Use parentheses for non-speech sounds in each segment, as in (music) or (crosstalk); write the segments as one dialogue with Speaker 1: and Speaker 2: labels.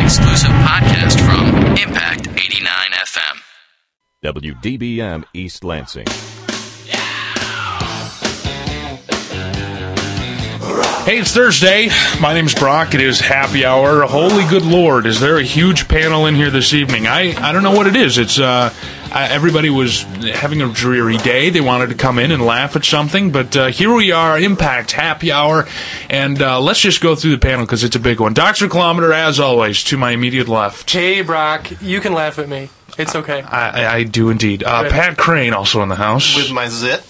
Speaker 1: exclusive podcast from Impact 89 FM.
Speaker 2: WDBM East Lansing.
Speaker 3: Hey, it's Thursday. My name's Brock. It is happy hour. Holy good lord, is there a huge panel in here this evening? I, I don't know what it is. It's uh, I, everybody was having a dreary day. They wanted to come in and laugh at something, but uh, here we are, Impact Happy Hour, and uh, let's just go through the panel because it's a big one. Doctor Kilometer, as always, to my immediate left.
Speaker 4: Hey, Brock, you can laugh at me. It's okay.
Speaker 3: I, I- I do indeed. Uh, Pat Crane also in the house.
Speaker 5: with my zit.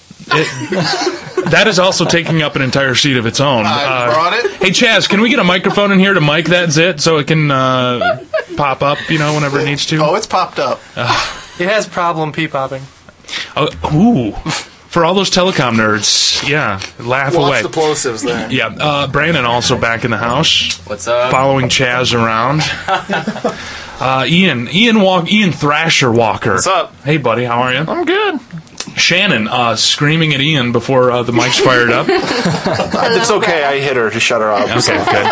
Speaker 3: That is also taking up an entire seat of its own. Uh,
Speaker 5: I brought it.
Speaker 3: Hey Chaz, can we get a microphone in here to mic that zit so it can uh, pop up, you know, whenever it needs to?
Speaker 5: Oh, it's popped up.
Speaker 4: It has problem pee popping.
Speaker 3: Uh, ooh, for all those telecom nerds, yeah, laugh
Speaker 5: Watch
Speaker 3: away.
Speaker 5: the plosives there.
Speaker 3: yeah, uh, Brandon also back in the house. What's up? Following Chaz (laughs) around. Uh, Ian, Ian Walk, Ian Thrasher Walker. What's
Speaker 5: up?
Speaker 3: Hey, buddy, how are you? I'm good. Shannon uh, screaming at Ian before uh, the mic's
Speaker 5: (laughs)
Speaker 3: fired up.
Speaker 5: (laughs) It's okay. I hit her to shut her up.
Speaker 3: Okay, good.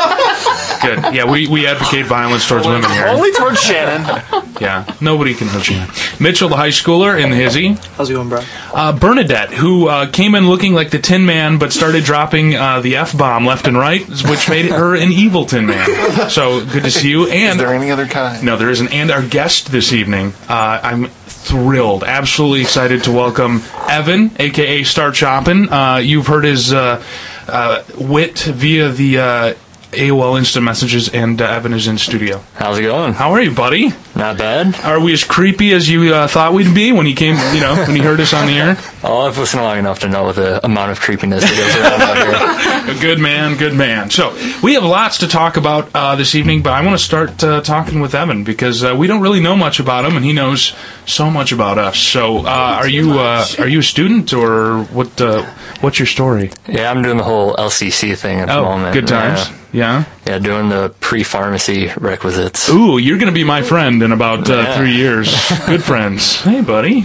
Speaker 3: Good. Yeah, we, we advocate violence towards women
Speaker 5: (laughs)
Speaker 3: here.
Speaker 5: Only towards Shannon.
Speaker 3: Yeah, nobody can hurt you. Mitchell, the high schooler in the hizzy.
Speaker 4: How's it going, Brock?
Speaker 3: Uh, Bernadette, who uh, came in looking like the Tin Man but started dropping uh, the F bomb left and right, which made her an evil Tin Man. So good to see you. And
Speaker 5: Is there any other kind?
Speaker 3: no, there isn't. And our guest this evening, uh, I'm thrilled, absolutely excited to welcome Evan, aka Star Choppin. Uh, you've heard his uh, uh, wit via the uh, AOL Instant Messages, and uh, Evan is in studio.
Speaker 6: How's it going?
Speaker 3: How are you, buddy?
Speaker 6: Not bad.
Speaker 3: Are we as creepy as you uh, thought we'd be when he came? You know, when he heard us on the air.
Speaker 6: Oh, I've listened long enough to know the amount of creepiness that goes around out here.
Speaker 3: (laughs) A good man, good man. So we have lots to talk about uh, this evening, but I want to start uh, talking with Evan because uh, we don't really know much about him, and he knows so much about us. So, uh, are you uh, are you a student or what? Uh, what's your story? (laughs)
Speaker 6: Yeah, I'm doing the whole LCC thing at the moment.
Speaker 3: good times. Oh, Yeah.
Speaker 6: Yeah, yeah doing the pre-pharmacy requisites.
Speaker 3: Ooh, you're going to be my friend in about uh, three (laughs) years. Good friends. Hey, buddy.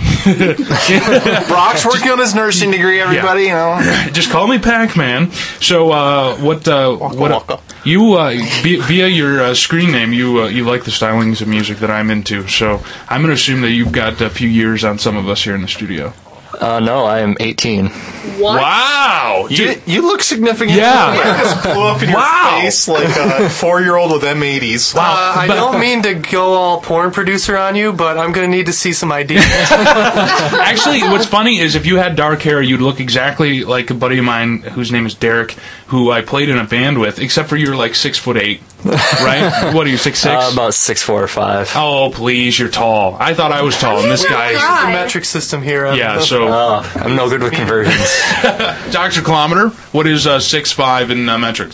Speaker 5: Brock's working on his nursing degree. Everybody, you know.
Speaker 3: Just call me Pac Man. So, uh, what? Uh, what?
Speaker 5: waka.
Speaker 3: You uh, be, via your uh, screen name, you uh, you like the stylings of music that I'm into. So, I'm going to assume that you've got a few years on some of us here in the studio.
Speaker 6: Uh, no, I am 18.
Speaker 3: Wow,
Speaker 5: You,
Speaker 3: dude.
Speaker 5: you look significant.
Speaker 3: Yeah.
Speaker 5: just blew up in
Speaker 3: Wow.
Speaker 5: your face like (laughs) a four-year-old with M80s.
Speaker 4: Uh, I don't mean to go all porn producer on you, but I'm going to need to see
Speaker 7: (laughs)
Speaker 4: some ID.
Speaker 3: Actually, what's funny is if you had dark hair, you'd look exactly like a buddy of mine whose name is Derek, who I played in a band with. Except for you're like six
Speaker 5: (laughs)
Speaker 3: foot eight, right? what are you six six?
Speaker 6: Uh, about six, four, or five.
Speaker 3: oh please, you're tall. I thought I was tall, and this guy.
Speaker 4: the metric system here. uh,
Speaker 3: Yeah, so
Speaker 6: Oh, I'm no good with conversions.
Speaker 3: (laughs) Doctor Kilometer, what is uh, six five in uh, metric?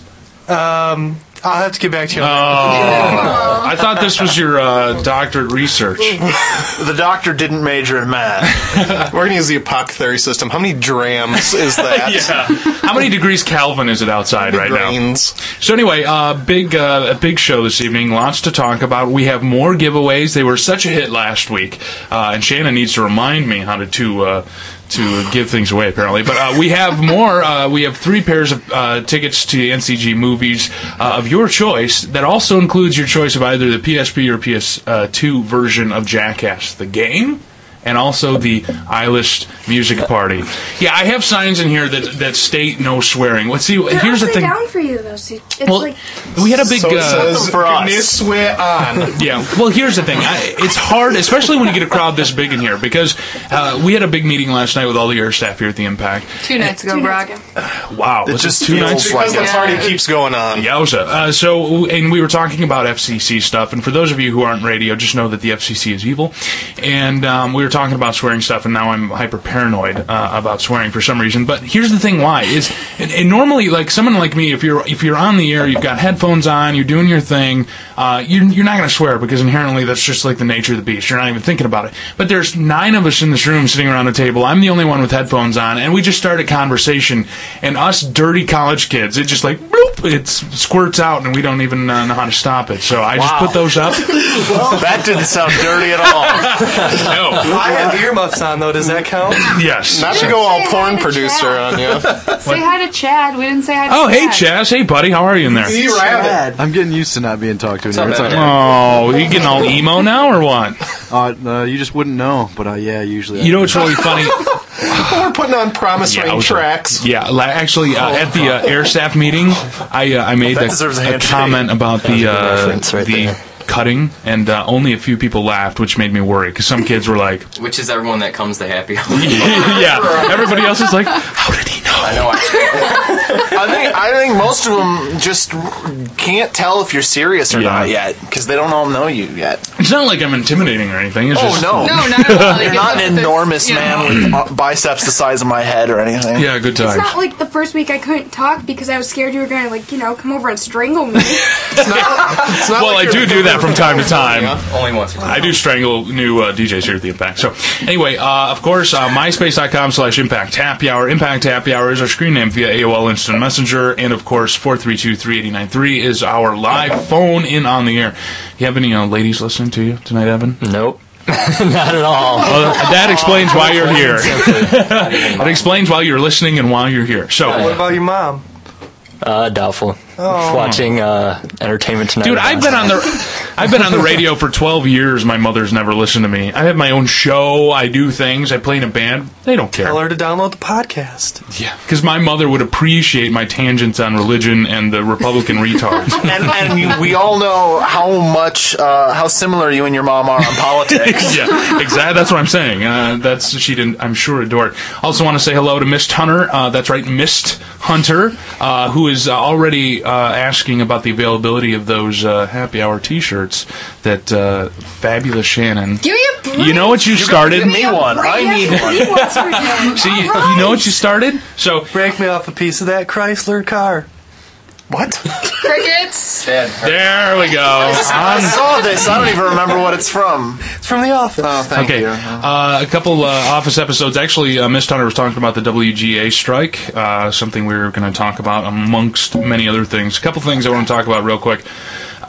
Speaker 4: I'll have to get back to you.
Speaker 3: Oh, I thought this was your uh, doctorate research.
Speaker 5: The doctor didn't major in math. (laughs) We're gonna use the apothecary system. How many drams is (laughs) that?
Speaker 3: How many degrees Kelvin is it outside right now?
Speaker 5: Grains.
Speaker 3: So anyway, uh, big uh, a big show this evening. Lots to talk about. We have more giveaways. They were such a hit last week, uh, and Shannon needs to remind me how to to. Uh, to give things away, apparently, but uh, we have more. Uh, we have three pairs of uh, tickets to NCG movies uh, of your choice. That also includes your choice of either the PSP or PS2 version of Jackass the game, and also the I-list music party. Yeah, I have signs in here that that state no swearing. Let's see.
Speaker 7: They're
Speaker 3: Here's the
Speaker 7: upside
Speaker 3: thing.
Speaker 7: down for you though. So it's
Speaker 3: Well,
Speaker 7: like
Speaker 3: we had a big.
Speaker 5: So it
Speaker 3: uh,
Speaker 5: says for us. swear uh, on.
Speaker 3: yeah. Well, here's the thing. I, it's hard, especially when you get a crowd this big in here, because uh, we had a big meeting last night with all the air staff here at the Impact.
Speaker 8: Two nights ago, Brock.
Speaker 3: Wow,
Speaker 5: It
Speaker 3: was
Speaker 5: just
Speaker 3: two
Speaker 5: feels
Speaker 3: nights ago?
Speaker 5: like the
Speaker 8: Yeah.
Speaker 5: party keeps going on.
Speaker 3: Yowza. Uh, so, and we were talking about FCC stuff, and for those of you who aren't radio, just know that the FCC is evil. And um, we were talking about swearing stuff, and now I'm hyper paranoid uh, about swearing for some reason. But here's the thing: why is and, and normally like someone like me, if you're if you're on the air, you've got headphones on, you're doing your thing, uh, you're, you're not going to swear because inherently that's just like the nature of the beast. You're not even thinking about it. But there's nine of us in this room sitting around a table. I'm the only one with headphones on, and we just started conversation, and us dirty college kids, it just like bloop it squirts out, and we don't even uh, know how to stop it. So I just
Speaker 5: Wow.
Speaker 3: put
Speaker 5: (laughs)
Speaker 3: those up.
Speaker 5: That didn't sound dirty at all.
Speaker 3: no.
Speaker 4: I have earmuffs on though. Does that
Speaker 5: (laughs)
Speaker 4: count?
Speaker 3: Yes.
Speaker 5: Not to go all porn producer uh, on you.
Speaker 7: Say hi to Chad. We didn't say hi to
Speaker 3: Oh, hey,
Speaker 7: Chad.
Speaker 3: Chaz. Hey, buddy. How are you in
Speaker 5: (laughs)
Speaker 3: there?
Speaker 5: rabbit.
Speaker 8: I'm getting used to not being talked to anymore.
Speaker 5: not
Speaker 8: It's
Speaker 5: bad.
Speaker 8: all right.
Speaker 3: Oh, you getting all emo now or what?
Speaker 8: Uh, uh, you just wouldn't know, but uh, yeah, usually.
Speaker 3: You know what's really funny?
Speaker 5: We're putting on promise
Speaker 3: Yeah, I
Speaker 5: ring
Speaker 3: was-
Speaker 5: tracks.
Speaker 3: Yeah, la- actually, uh, at the uh, air staff meeting, I uh, I made
Speaker 5: Oh, that
Speaker 3: a-
Speaker 5: deserves a
Speaker 3: a,
Speaker 5: handshake.
Speaker 3: comment about the uh,
Speaker 6: reference right
Speaker 3: the
Speaker 6: there.
Speaker 3: cutting, and uh, only a few people laughed, which made me worry because some kids were like, (laughs)
Speaker 6: Which is everyone that comes the happy.
Speaker 3: "Yeah," everybody else is like, "How did he know?"
Speaker 6: I know. I,
Speaker 5: I think I think most of them just can't tell if you're serious or
Speaker 3: Yeah.
Speaker 5: not yet because they don't all know you yet.
Speaker 3: It's not like I'm intimidating or anything. It's
Speaker 5: Oh
Speaker 3: just,
Speaker 5: no,
Speaker 7: No,
Speaker 5: (laughs)
Speaker 7: not at all. Like,
Speaker 5: you're
Speaker 7: it's
Speaker 5: not an
Speaker 7: this-
Speaker 5: enormous
Speaker 7: you know.
Speaker 5: man with uh, biceps the size of my head or anything.
Speaker 3: Yeah, good
Speaker 7: It's
Speaker 3: times.
Speaker 7: not like the first week I couldn't talk because I was scared you were going to, like, you know, come over and strangle me.
Speaker 5: It's not
Speaker 3: well,
Speaker 5: like
Speaker 3: I do
Speaker 5: you're-
Speaker 3: do that from time
Speaker 6: (laughs)
Speaker 3: to time.
Speaker 6: only once. or
Speaker 3: I
Speaker 6: twice.
Speaker 3: do strangle new uh, DJs here at the Impact. So, anyway, uh, of course, uh, myspace.com slash Impact Happy Hour. Impact Happy Hour is our screen name via AOL Instant Messenger. And, of course, 432-3893 is our live phone in on the air. You have any uh, ladies listening to you tonight, Evan?
Speaker 6: (laughs) Nope. (laughs) not at all.
Speaker 3: Well, that explains why you're here. (laughs) That explains why you're listening and why you're here.
Speaker 4: What
Speaker 3: So,
Speaker 4: about your mom?
Speaker 6: Uh, doubtful.
Speaker 4: Oh.
Speaker 6: Watching uh, Entertainment Tonight.
Speaker 3: dude, I've been on the I've been on the radio for 12 years. My mother's never listened to me. I have my own show. I do things. I play in a band. They don't care.
Speaker 4: Tell her to download the podcast.
Speaker 3: Yeah, because my mother would appreciate my tangents on religion and the Republican
Speaker 5: (laughs)
Speaker 3: retards.
Speaker 5: (laughs) And, and you, we all know Oh, how much uh, how similar you and your mom are on
Speaker 3: (laughs)
Speaker 5: politics.
Speaker 3: yeah, exactly. That's what I'm saying. Uh, that's she didn't. I'm sure adored. Also, want to say hello to Mist Hunter. Uh, that's right, Mist Hunter, uh, who is uh, already uh, asking about the availability of those uh, happy hour T-shirts that uh, fabulous Shannon.
Speaker 7: (laughs) Give me a break.
Speaker 3: You know what you started.
Speaker 5: give me one. I need one.
Speaker 3: (laughs)
Speaker 7: one.
Speaker 3: See, you, you know what you started. So
Speaker 4: Break me off a piece of that Chrysler car.
Speaker 5: What?
Speaker 7: Crickets.
Speaker 3: there we go.
Speaker 5: I saw this. I don't even remember what it's from.
Speaker 4: It's from The Office.
Speaker 5: Oh, thank
Speaker 3: Okay,
Speaker 5: you.
Speaker 3: uh, a couple uh, office episodes. Actually, uh, Miss Hunter was talking about the WGA strike, uh, something we were going to talk about amongst many other things. A couple things I want to talk about real quick.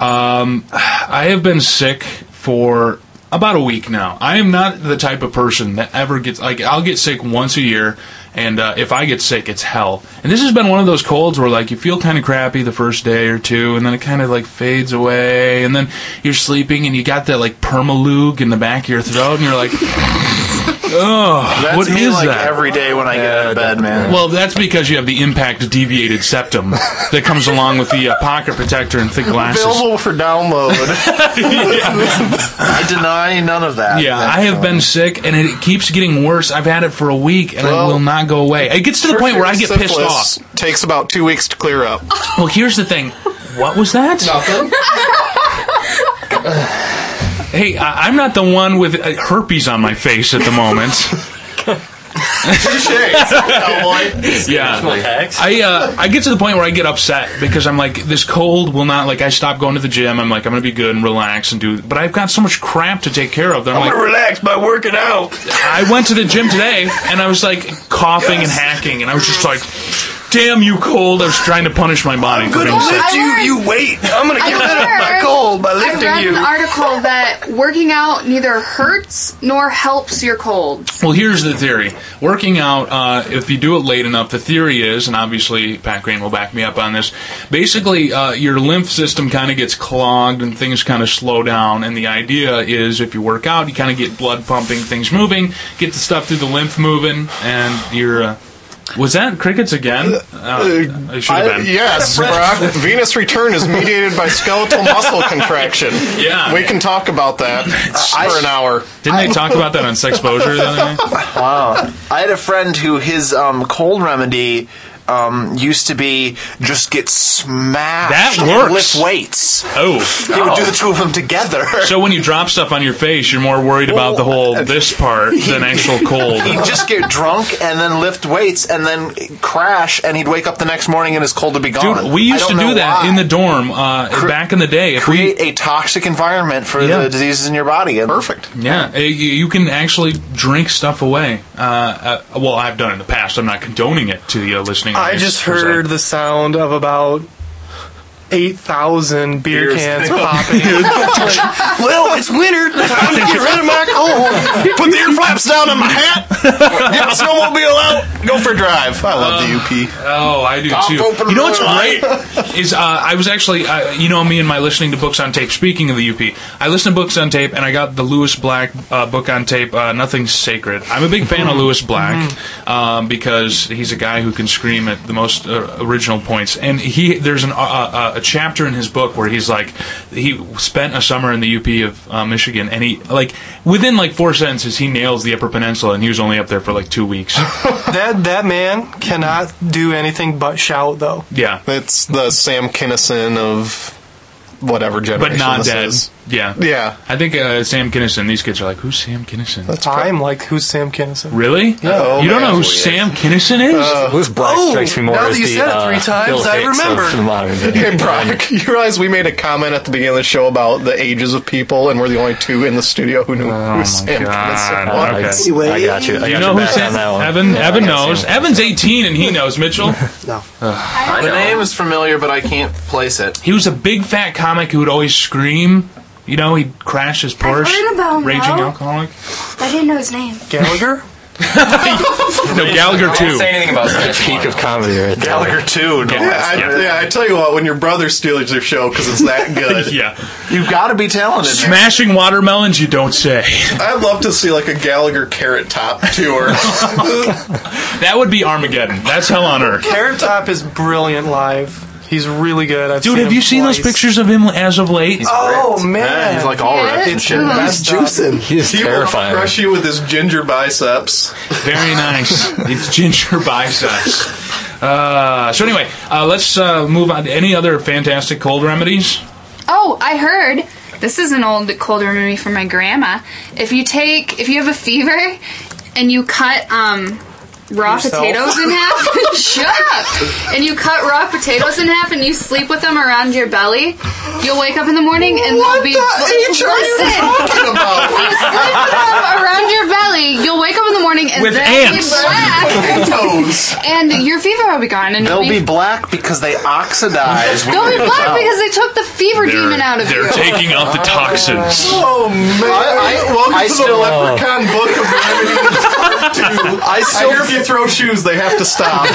Speaker 3: Um, I have been sick for about a week now. I am not the type of person that ever gets like I'll get sick once a year, and uh, if I get sick, it's hell. And this has been one of those colds where like you feel kind of crappy the first day or two, and then it kind of like fades away, and then you're sleeping and you got that like permalug in the back of your throat, and you're like, (laughs)
Speaker 5: That's
Speaker 3: What
Speaker 5: me
Speaker 3: is
Speaker 5: like
Speaker 3: that?
Speaker 5: every day when I get out of bed, man.
Speaker 3: Well, that's because you have the impact deviated septum that comes along with the uh, pocket protector and thick glasses.
Speaker 5: Available for
Speaker 3: (laughs)
Speaker 5: download. (laughs) I deny none of that.
Speaker 3: Yeah, I have been sick, and it keeps getting worse. I've had it for a week, and
Speaker 5: Well-
Speaker 3: it will not go away. It gets to the point where I get pissed
Speaker 5: Syphilis
Speaker 3: off.
Speaker 5: Takes about two weeks to clear (laughs) up.
Speaker 3: Well, here's the thing. What was that? (laughs) Hey, I- I'm not the one with uh, herpes on my face at the moment.
Speaker 5: (laughs)
Speaker 3: yeah. I uh, I get to the point where I get upset because I'm like this cold will not like I stop going to the gym. I'm like I'm gonna be good and relax and do, but I've got so much crap to take care of that I'm like
Speaker 5: relax by working out.
Speaker 3: I went to the gym today and I was like coughing and hacking and I was just like, damn you cold. I was trying to punish my body for being sick.
Speaker 7: I learned-
Speaker 5: wait. I'm gonna
Speaker 7: (laughs) I
Speaker 5: get rid of my
Speaker 7: learned-
Speaker 5: cold by
Speaker 7: I
Speaker 5: lifting
Speaker 7: read
Speaker 5: you.
Speaker 7: an article that working out neither hurts nor helps your colds.
Speaker 3: Well, here's the theory. Working out, uh, if you do it late enough, the theory is, and obviously Pat Green will back me up on this, basically uh, your lymph system kind of gets clogged and things kind of slow down. And the idea is if you work out, you kind of get blood pumping, things moving, get the stuff through the lymph moving, and you're. Uh, was that crickets again? Uh, I should have
Speaker 5: I-
Speaker 3: been.
Speaker 5: yes, Brock. Venus return is mediated by skeletal
Speaker 3: (laughs)
Speaker 5: muscle contraction.
Speaker 3: Yeah.
Speaker 5: we can talk about that for an hour.
Speaker 3: Didn't they talk about that on Sexposure the other night?
Speaker 5: (laughs) I had a friend who his um, cold remedy um, used to be just get smashed.
Speaker 3: That
Speaker 5: and
Speaker 3: works.
Speaker 5: Lift weights.
Speaker 3: Oh.
Speaker 5: He would do the two of them together.
Speaker 3: (laughs) So when you drop stuff on your face, you're more worried about the whole this part than actual cold.
Speaker 5: (laughs) he'd just get drunk and then lift weights and then crash, and he'd wake up the next morning and his cold would be gone.
Speaker 3: Dude, we
Speaker 5: I
Speaker 3: used to
Speaker 5: don't know
Speaker 3: do that
Speaker 5: why.
Speaker 3: in the dorm uh, back in the day. If we,
Speaker 5: create a toxic environment for
Speaker 3: Yeah.
Speaker 5: the diseases in your body. And Perfect.
Speaker 3: yeah, uh, you you can actually drink stuff away. Uh, uh, well, I've done it in the past. I'm not condoning it to the uh, listening.
Speaker 4: I
Speaker 3: audience.
Speaker 4: just heard the sound of about 8,000 beer
Speaker 5: Beers.
Speaker 4: cans
Speaker 5: (laughs)
Speaker 4: popping. Like, well, it's winter. Time to get rid of my coal.
Speaker 5: Put the ear flaps down on my hat. Get my snowmobile out. Go for a drive. I love the UP.
Speaker 3: Oh, I do
Speaker 5: Pop
Speaker 3: too.
Speaker 5: open
Speaker 3: You know what's
Speaker 5: wine.
Speaker 3: great is uh, I was actually uh, you know me and my listening to books on tape. Speaking of the UP, I listen to books on tape, and I got the Lewis Black uh, book on tape. Uh, Nothing's sacred. I'm a big fan of Lewis Black um, because he's a guy who can scream at the most uh, original points. And he there's an uh, uh, a chapter in his book where he's like he spent a summer in the UP of uh, Michigan, and he like within like four sentences he nails the Upper Peninsula, and he was only up there for like two weeks.
Speaker 4: That, that man cannot do anything but shout, though.
Speaker 3: yeah,
Speaker 9: It's the Sam Kinison of whatever generation
Speaker 3: but not
Speaker 9: this
Speaker 3: dead.
Speaker 9: is.
Speaker 3: Yeah.
Speaker 9: Yeah.
Speaker 3: I think uh, Sam Kinison. These kids are like, who's Sam Kinison?
Speaker 9: That's
Speaker 4: I'm like, who's Sam Kinison?
Speaker 3: really?
Speaker 9: Oh,
Speaker 3: you don't
Speaker 9: man.
Speaker 3: know who Sam Kinison is?
Speaker 6: Lewis Black
Speaker 4: oh,
Speaker 6: strikes me more
Speaker 4: now
Speaker 6: as
Speaker 4: that you
Speaker 6: the,
Speaker 4: said it three
Speaker 6: uh,
Speaker 4: times,
Speaker 6: Bill
Speaker 4: I
Speaker 6: Hicks of
Speaker 4: remember.
Speaker 6: the modern day.
Speaker 9: Hey,
Speaker 3: (laughs)
Speaker 9: Brock, you realize we made a comment at the beginning of the show about the ages of people, and we're the only two in the studio who knew who Sam Kinison
Speaker 3: Oh God.
Speaker 9: was.
Speaker 6: I,
Speaker 3: Okay.
Speaker 6: Uh, I got you. I got
Speaker 3: You know who
Speaker 6: back
Speaker 3: Sam?
Speaker 6: on that one.
Speaker 3: Evan.
Speaker 6: Yeah,
Speaker 3: Evan
Speaker 6: I got
Speaker 3: knows.
Speaker 6: Sam.
Speaker 3: Evan's 18 and he knows Mitchell.
Speaker 7: I
Speaker 5: The
Speaker 7: don't
Speaker 5: name is familiar, but I can't place it.
Speaker 3: he was a big fat comic who would always scream. You know, he'd crash his Porsche.
Speaker 7: heard about him,
Speaker 3: raging
Speaker 7: though.
Speaker 3: alcoholic.
Speaker 7: I didn't know his name.
Speaker 5: (laughs)
Speaker 4: Gallagher?
Speaker 3: No, Gallagher too.
Speaker 6: Say anything about the peak of comedy right there.
Speaker 5: Gallagher too. No,
Speaker 9: Yeah, I, yeah, I tell you what, when your brother steals your show because it's
Speaker 3: (laughs)
Speaker 9: that
Speaker 6: (laughs)
Speaker 9: good,
Speaker 3: Yeah,
Speaker 5: You've got to be talented.
Speaker 3: smashing watermelons. You don't say. (laughs)
Speaker 9: I'd love to see like a Gallagher Carrot Top
Speaker 3: (laughs)
Speaker 9: tour.
Speaker 3: That would be Armageddon. That's hell on earth.
Speaker 4: Carrot Top is brilliant live. He's really good. I've
Speaker 3: Dude,
Speaker 4: seen
Speaker 3: have
Speaker 4: him
Speaker 3: you seen those
Speaker 4: twice.
Speaker 3: pictures of him as of late?
Speaker 4: Oh, man.
Speaker 5: Yeah, he's like all ripped and
Speaker 7: It's
Speaker 5: shit.
Speaker 7: good.
Speaker 5: That's
Speaker 9: juicing.
Speaker 6: He is
Speaker 9: He will
Speaker 6: terrifying.
Speaker 9: crush you with his ginger biceps.
Speaker 3: (laughs) Very nice. it's ginger biceps. Uh, so anyway, uh, let's uh, move on to any other fantastic cold remedies.
Speaker 7: Oh, I heard. This is an old cold remedy from my grandma. If you take, if you have a fever, and you cut um, raw
Speaker 4: Yourself?
Speaker 7: potatoes in half, (laughs) shut up. And you cut raw potatoes in half, and you sleep with them around your belly. You'll wake up in the morning, and they'll be
Speaker 9: H are you
Speaker 7: listen.
Speaker 9: talking about?
Speaker 7: You sleep with them around your belly. You'll wake up in the morning, and
Speaker 3: With
Speaker 7: they'll
Speaker 3: ants.
Speaker 7: be black,
Speaker 9: Toes.
Speaker 7: and your fever will be gone. And
Speaker 5: They'll
Speaker 7: you'll
Speaker 5: be black because they oxidize.
Speaker 7: they'll be black because they took the fever demon out of
Speaker 3: they're
Speaker 7: you.
Speaker 3: taking out the toxins.
Speaker 9: Oh man! I, welcome
Speaker 5: I
Speaker 9: to the
Speaker 5: still-
Speaker 9: Leprechaun Book of Remedies. Part Two. I still hear if you throw shoes, they have to stop.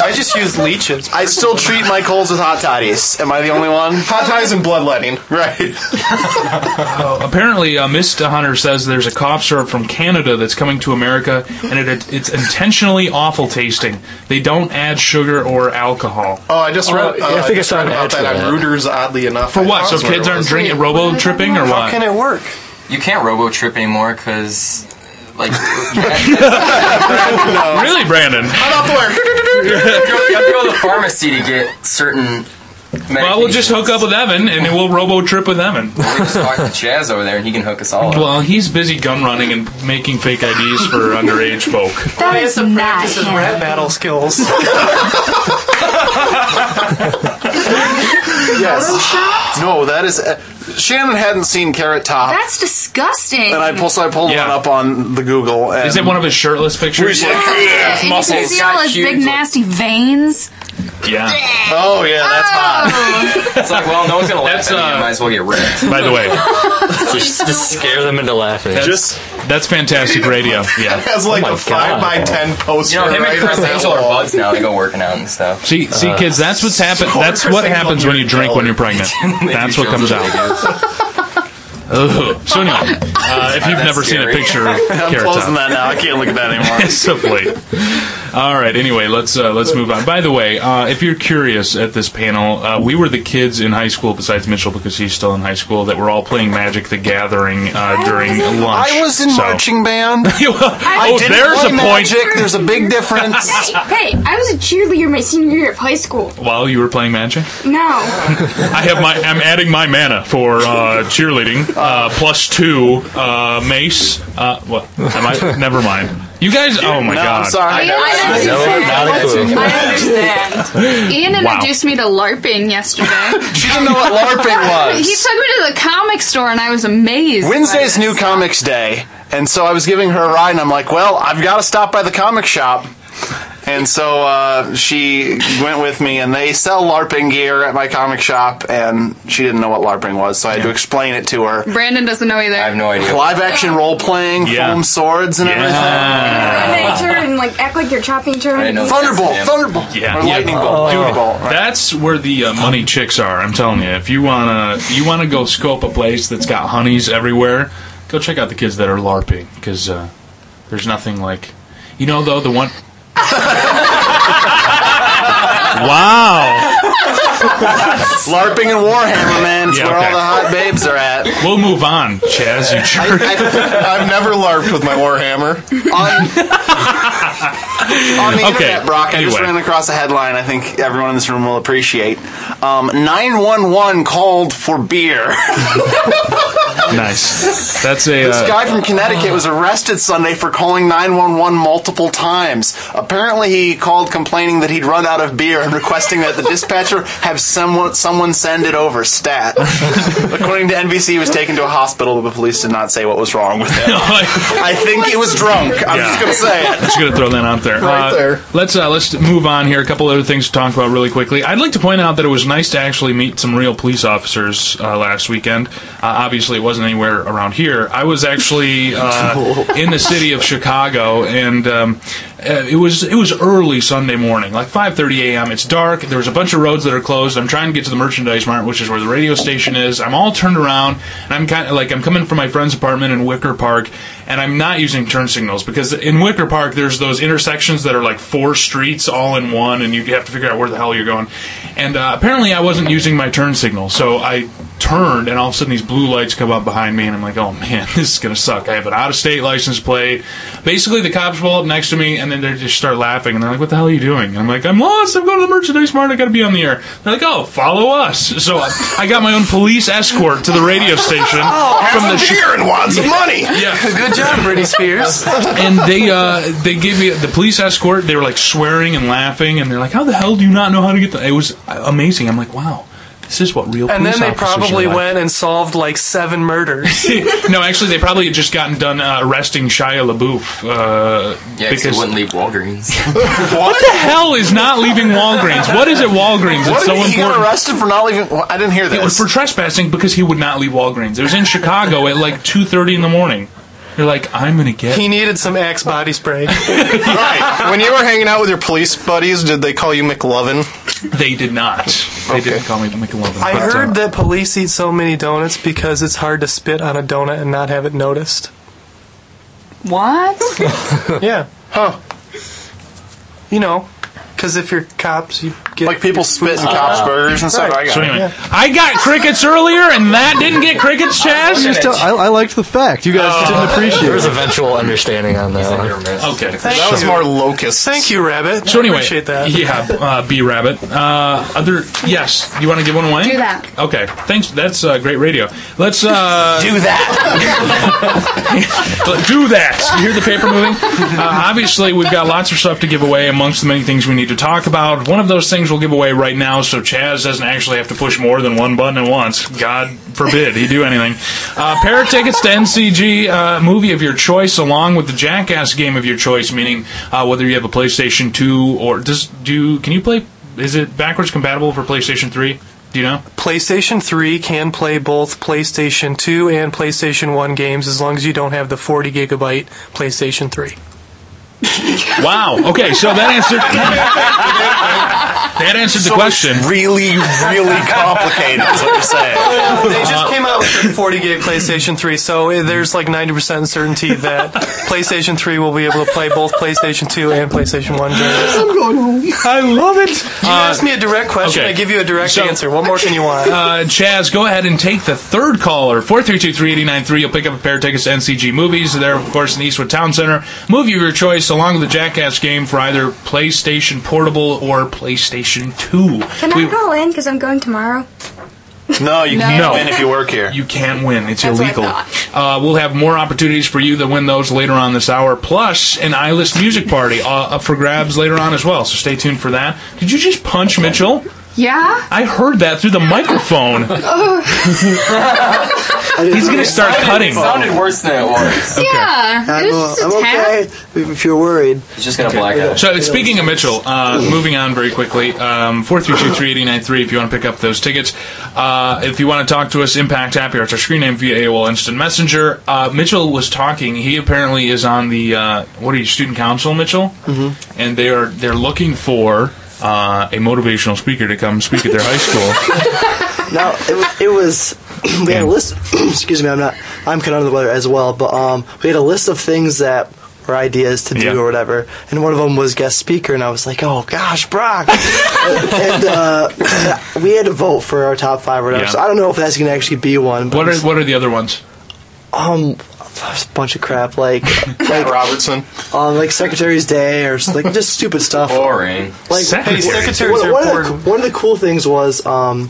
Speaker 4: I just use leeches.
Speaker 5: (laughs) I still treat my colds with hot toddies. Am I the only one?
Speaker 9: Hot ties and bloodletting.
Speaker 5: Right.
Speaker 3: Apparently, uh, Mist Hunter says there's a cough syrup from Canada that's coming to America, and it, it's intentionally awful tasting. They don't add sugar or alcohol.
Speaker 9: Oh, I just read.
Speaker 6: yeah, I think I saw
Speaker 9: read
Speaker 6: an
Speaker 9: about
Speaker 6: ad
Speaker 9: that
Speaker 6: for
Speaker 9: on
Speaker 6: that.
Speaker 9: Reuters. Oddly enough,
Speaker 3: For what? So kids aren't drinking robo tripping or
Speaker 4: How can
Speaker 3: what?
Speaker 4: it work?
Speaker 10: You can't robo trip anymore because, like,
Speaker 3: Really, Brandon?
Speaker 10: you have to go to the pharmacy to get certain.
Speaker 3: Well, we'll just hook up with Evan, and then we'll robo trip with Evan.
Speaker 10: We just talk to Chaz over there, and he can hook us all up.
Speaker 3: Well, he's busy gun running and making fake IDs for
Speaker 10: (laughs)
Speaker 3: underage folk.
Speaker 7: That is not
Speaker 4: This is
Speaker 7: him.
Speaker 4: rat battle skills.
Speaker 5: Yes. No, that is. Uh, Shannon hadn't seen Carrot Top,
Speaker 7: That's disgusting.
Speaker 5: and I pulled. So I pulled
Speaker 3: Yeah.
Speaker 5: one up on the Google. And
Speaker 3: Is it one of his
Speaker 5: (laughs)
Speaker 3: shirtless
Speaker 5: Where's
Speaker 3: pictures?
Speaker 5: it?
Speaker 7: Yeah, and you can
Speaker 10: muscles.
Speaker 7: see all his
Speaker 10: Huge
Speaker 7: big
Speaker 10: ones.
Speaker 7: nasty veins.
Speaker 3: Yeah.
Speaker 5: Oh yeah, that's
Speaker 3: Ah!"
Speaker 5: hot.
Speaker 3: (laughs)
Speaker 10: It's like, well, no one's gonna laugh
Speaker 3: That's,
Speaker 10: at me. Oh, I
Speaker 3: uh,
Speaker 10: might as well get ripped.
Speaker 3: By the
Speaker 10: (laughs)
Speaker 3: way,
Speaker 6: Just, just scare them into laughing.
Speaker 9: Just
Speaker 3: that's fantastic radio. Yeah.
Speaker 9: has like
Speaker 6: Oh, my
Speaker 9: a
Speaker 6: God.
Speaker 9: five by ten poster
Speaker 10: You know, him
Speaker 9: right
Speaker 10: and Chris
Speaker 9: on that
Speaker 10: Angel are
Speaker 9: wall.
Speaker 10: buds now. They go working out and stuff.
Speaker 3: See,
Speaker 5: Uh,
Speaker 3: see, kids, that's what's happened. That's what happens when you drink when
Speaker 5: (laughs)
Speaker 3: you're pregnant. That's what comes out. Ugh. So anyway, uh, if you've
Speaker 10: That's
Speaker 3: never seen a
Speaker 10: scary.
Speaker 3: picture of
Speaker 5: (laughs) I'm
Speaker 3: Carrot
Speaker 5: closing
Speaker 3: Top,
Speaker 5: that now. I can't look at that anymore.
Speaker 3: it's (laughs) so late. All right. Anyway, let's uh, let's move on. By the way, uh, if you're curious at this panel, uh, we were the kids in high school, besides Mitchell because he's still in high school, that were all playing Magic: The Gathering uh, during lunch.
Speaker 5: I was in
Speaker 3: So-
Speaker 5: marching band.
Speaker 7: I
Speaker 3: oh,
Speaker 5: Didn't
Speaker 3: (laughs) there's
Speaker 5: play
Speaker 3: a point.
Speaker 5: magic. There's a big difference.
Speaker 11: Hey, hey, I was a cheerleader my senior year of high school.
Speaker 3: While you were playing Magic.
Speaker 11: No.
Speaker 3: I have my. I'm adding my mana for uh, cheerleading. Uh, plus two uh, mace. Uh, what? Am I? (laughs) Never mind. You guys. Oh my
Speaker 5: no,
Speaker 3: god.
Speaker 5: I'm sorry.
Speaker 7: I
Speaker 6: not a clue.
Speaker 5: (laughs)
Speaker 7: understand. Ian
Speaker 3: Wow.
Speaker 7: introduced me to LARPing
Speaker 5: (laughs)
Speaker 7: yesterday.
Speaker 5: She didn't know what LARPing
Speaker 7: he took me
Speaker 5: was.
Speaker 7: to the comic store, and I was amazed. by
Speaker 5: Wednesday's
Speaker 7: this.
Speaker 5: new comics day, and so I was giving her a ride, and I'm like, "Well, I've got to stop by the comic shop." And so uh, she went with me, and they sell LARPing gear at my comic shop, and she didn't know what LARPing was, so I had to explain it to her.
Speaker 7: Brandon doesn't know either. I have
Speaker 10: no idea.
Speaker 5: Live action role playing,
Speaker 10: Yeah.
Speaker 5: foam swords, and
Speaker 11: At her and like act like you're chopping each other.
Speaker 5: everything. Thunderbolt, Thunderbolt, or
Speaker 3: Yeah, yeah. Oh.
Speaker 5: lightning bolt,
Speaker 3: Dude,
Speaker 5: Thunderbolt.
Speaker 3: That's where the uh, money chicks are. I'm telling you, if you wanna you wanna go scope a place that's got honeys everywhere, go check out the kids that are larping because uh, there's nothing like, you know, though the one. wow.
Speaker 5: LARPing and Warhammer, man. It's where all the hot babes are at.
Speaker 3: We'll move on, Chaz. You jerk.
Speaker 9: I, have never larped with my warhammer.
Speaker 5: on the
Speaker 9: Okay,
Speaker 5: internet, Brock, I just
Speaker 9: anyway.
Speaker 5: ran across a headline I think everyone in this room will appreciate. Um, 911 called for beer. (laughs)
Speaker 3: nice. That's a
Speaker 5: this
Speaker 3: uh,
Speaker 5: guy from Connecticut was arrested Sunday for calling 911 multiple times. Apparently, he called complaining that he'd run out of beer and requesting that the dispatcher have someone, someone send it over,
Speaker 3: (laughs)
Speaker 5: stat. According to NBC, he was taken to a hospital, but the police did not say what was wrong with him. I think he was drunk. I'm
Speaker 3: Yeah.
Speaker 5: just going to say it.
Speaker 3: I'm just gonna throw that out there.
Speaker 5: Right
Speaker 3: Uh,
Speaker 5: there.
Speaker 3: Let's uh, let's move on here. A couple other things to talk about really quickly. I'd like to point out that it was nice to actually meet some real police officers uh, last weekend. Uh, obviously, it wasn't anywhere around here. I was actually uh, in the city of Chicago, and um, uh, it was it was early Sunday morning, like 5:30 a.m. It's dark. There was a bunch of roads that are closed. I'm trying to get to the merchandise mart, which is where the radio station is. I'm all turned around, and I'm kind of like I'm coming from my friend's apartment in Wicker Park, and I'm not using turn signals because in Wicker Park there's those intersections that are like four streets all in one, and you have to figure out where the hell you're going. And uh, apparently I wasn't using my turn signal, so I turned, and all of a sudden these blue lights come up behind me, and I'm like, oh man, (laughs) this is gonna suck. I have an out of state license plate. Basically, the cops roll up next to me, and then they just start laughing, and they're like, what the hell are you doing? And I'm like, I'm lost. I'm going to the merchandise mart. I gotta be on the air. They're like, oh, follow us. So I, I got my own police escort to the radio station
Speaker 5: have some
Speaker 3: Chi-
Speaker 5: beer and want some money.
Speaker 3: Yeah,
Speaker 5: Good job, Britney Spears.
Speaker 3: and they uh, they gave me the police escort. They were like swearing and laughing, and they're like, "How the hell do you not know how to get the?" It was amazing. I'm like, "Wow, this is what real."
Speaker 4: And
Speaker 3: police
Speaker 4: then they
Speaker 3: officers are
Speaker 4: probably
Speaker 3: like.
Speaker 4: went and solved like seven murders.
Speaker 3: (laughs) no, actually, they probably had just gotten done uh, arresting Shia LaBeouf. Uh,
Speaker 10: Yeah, 'cause they wouldn't leave Walgreens.
Speaker 3: what the hell is not leaving Walgreens? What is it, Walgreens?
Speaker 5: What
Speaker 3: it's so
Speaker 5: did he get
Speaker 3: important.
Speaker 5: arrested for not leaving? Well, I didn't hear
Speaker 3: It was
Speaker 5: this.
Speaker 3: for trespassing because he would not leave Walgreens. It was in Chicago at like two thirty in the morning. You're like, I'm gonna
Speaker 4: (laughs)
Speaker 3: get.
Speaker 4: He needed some Axe body spray.
Speaker 3: (laughs)
Speaker 9: right. When you were hanging out with your police buddies, did they call you McLovin?
Speaker 3: They did not. They didn't call me McLovin.
Speaker 4: I
Speaker 3: but, uh,
Speaker 4: heard that police eat so many donuts because it's hard to spit on a donut and not have it noticed.
Speaker 7: What?
Speaker 10: (laughs)
Speaker 4: yeah. Huh. You know, because if you're cops, you get
Speaker 5: Like people spit
Speaker 3: Uh,
Speaker 5: in cops' burgers and stuff. I got
Speaker 3: So
Speaker 5: it.
Speaker 3: anyway, I got crickets earlier, and that didn't get crickets, Chaz.
Speaker 8: Just tell- I, I liked the fact. You guys
Speaker 5: Oh,
Speaker 8: didn't appreciate
Speaker 6: There's
Speaker 8: it.
Speaker 6: a eventual understanding on that. one.
Speaker 3: Okay,
Speaker 9: That was more locusts.
Speaker 4: Thank you, Rabbit.
Speaker 3: So anyway,
Speaker 4: I appreciate that.
Speaker 3: yeah, uh, B Rabbit. Uh, other yes, you want to give one away?
Speaker 7: Do that.
Speaker 3: Okay, thanks. That's uh, great radio. Let's uh,
Speaker 5: Do
Speaker 3: that. do that. You hear the paper (laughs) moving? Uh, obviously, we've got lots of stuff to give away amongst the many things we need to talk about. One of those things we'll give away right now, so Chaz doesn't actually have to push more than one button at once. God forbid he do anything. Uh, pair of tickets to NCG uh, movie of your choice, along with the Jackass game of your choice, meaning uh, whether you have a PlayStation Two or does do can you play? Is it backwards compatible for PlayStation Three? Do you know?
Speaker 4: PlayStation 3 can play both PlayStation 2 and PlayStation 1 games as long as you don't have the 40 gigabyte PlayStation 3.
Speaker 3: Wow. Okay, so that answered (laughs) that answered the question.
Speaker 5: Really,
Speaker 9: (laughs)
Speaker 5: really complicated. is what you're
Speaker 3: (laughs)
Speaker 5: saying.
Speaker 4: They just came out with a 40 gig PlayStation 3, so eh, there's like 90% certainty that PlayStation 3 will be able to play both PlayStation 2 and PlayStation 1 games.
Speaker 3: I love it.
Speaker 4: You asked me a direct question,
Speaker 3: Uh, okay.
Speaker 4: I give you a direct
Speaker 3: So-
Speaker 4: answer. What more can you want?
Speaker 3: (laughs) Uh, Chaz, go ahead and take the third caller. 432-3893. You'll pick up a pair of tickets to NCG Movies. They're, of course, in the Eastwood Town Center. Movie of your choice, along with the Jackass game for either PlayStation Portable or PlayStation 2.
Speaker 11: Can I
Speaker 3: We-
Speaker 11: go in? Because I'm going tomorrow.
Speaker 5: No, you
Speaker 11: No.
Speaker 5: can't
Speaker 11: No.
Speaker 5: win if you work here.
Speaker 3: You can't win. It's
Speaker 11: That's what I
Speaker 3: illegal. Uh, we'll have more opportunities for you to win those later on this hour, plus an iList music party uh, up for grabs later on as well. So stay tuned for that. Did you just punch Mitchell?
Speaker 7: Yeah?
Speaker 3: I heard that through the microphone.
Speaker 7: Oh.
Speaker 10: He's
Speaker 3: gonna start cutting.
Speaker 10: It sounded worse than it was.
Speaker 7: Yeah, it was just a tap.
Speaker 12: If you're worried,
Speaker 10: he's just gonna black out.
Speaker 3: So speaking of Mitchell, uh, moving on very quickly, um, four three two three eighty nine three. If you want to pick up those tickets, uh, if you want to talk to us, Impact Happy Hour is our screen name via AOL Instant Messenger. Uh, Mitchell was talking. He apparently is on the uh, what are you student council, Mitchell? Mm-hmm. And they are they're looking for uh, a motivational speaker to come speak at their high school.
Speaker 12: no, it, wa- it was. (clears throat) We had a list. excuse me, I'm not. I'm kind of under the weather as well, but um, we had a list of things that were ideas to do or whatever, and one of them was guest speaker, and I was like, oh gosh, Brock. (laughs) and and, uh, we had to vote for our top five or whatever.
Speaker 3: Yeah.
Speaker 12: So I don't know if that's going to actually be one. But
Speaker 3: What are
Speaker 12: it's-
Speaker 3: what are the other ones?
Speaker 12: um. A bunch of crap like like
Speaker 9: Robertson,
Speaker 12: um, like Secretary's Day or s- like just stupid stuff.
Speaker 10: Boring.
Speaker 12: Like
Speaker 10: Secretary.
Speaker 12: one-
Speaker 10: Secretaries are
Speaker 12: one, of the coo- one of the cool things was um,